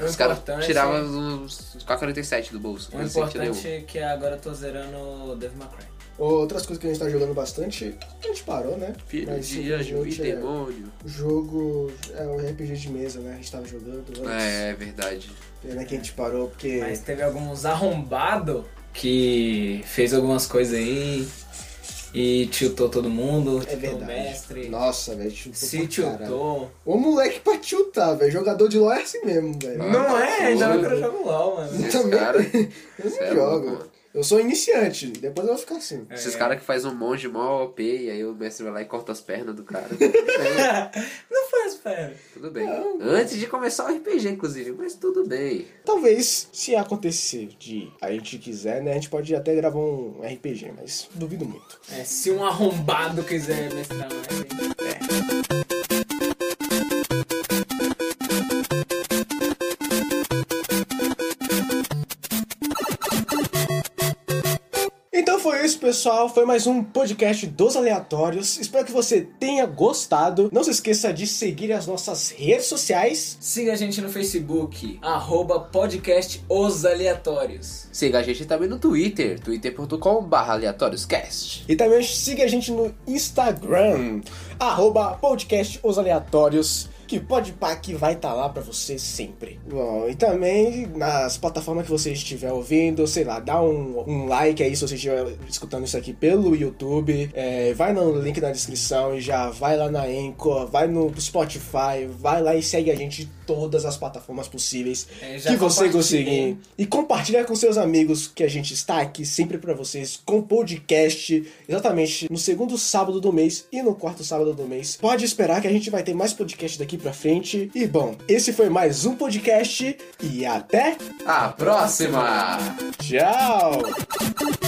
Os caras importante- Tirava uns uns K47 do bolso. O não sentia nenhum. importante é que agora eu tô zerando Devil May Cry. Outras coisas que a gente tá jogando bastante, que a gente parou, né? Filho Mas de anjo e simplesmente é demônio. Jogo. É um RPG de mesa, né? A gente tava jogando antes. É, é verdade. Pena que a gente parou porque. Mas teve alguns arrombado que fez algumas coisas aí e tiltou todo mundo. É tiltou verdade. O mestre. Nossa, velho. tiltou pra Se caralho. tiltou. O moleque pra tiltar, velho. Jogador de LoL é assim mesmo, velho. Não é, ainda bem que eu jogo LOL, mano. Esses Também. caras. Eu não Cê é jogo. louco, mano. eu sou iniciante, depois eu vou ficar assim. É. Esses caras que faz um monge mó OP e aí o mestre vai lá e corta as pernas do cara. Não faz, velho. tudo bem. Antes de começar o RPG, inclusive, mas tudo bem. Talvez, se acontecer de a gente quiser, né? A gente pode até gravar um RPG, mas duvido muito. É, se um arrombado quiser mestrar né? mais. Então foi isso, pessoal. Foi mais um podcast dos aleatórios. Espero que você tenha gostado. Não se esqueça de seguir as nossas redes sociais. Siga a gente no Facebook, arroba podcast Os Aleatórios. Siga a gente também no Twitter, twitter.com.br aleatórioscast. E também siga a gente no Instagram, arroba podcast Os Aleatórios, que pode pá que vai estar lá pra você sempre. Bom, e também nas plataformas que você estiver ouvindo, sei lá, dá um, um like aí se você estiver escutando isso aqui pelo YouTube, é, vai no link na descrição e já vai lá na Anchor, vai no Spotify, vai lá e segue a gente em todas as plataformas possíveis É, já que você compartilhei. conseguir. E compartilhar com seus amigos que a gente está aqui sempre pra vocês com podcast, exatamente no segundo sábado do mês e no quarto sábado do mês. Pode esperar que a gente vai ter mais podcast daqui pra frente. E bom, esse foi mais um podcast e até A próxima! tchau!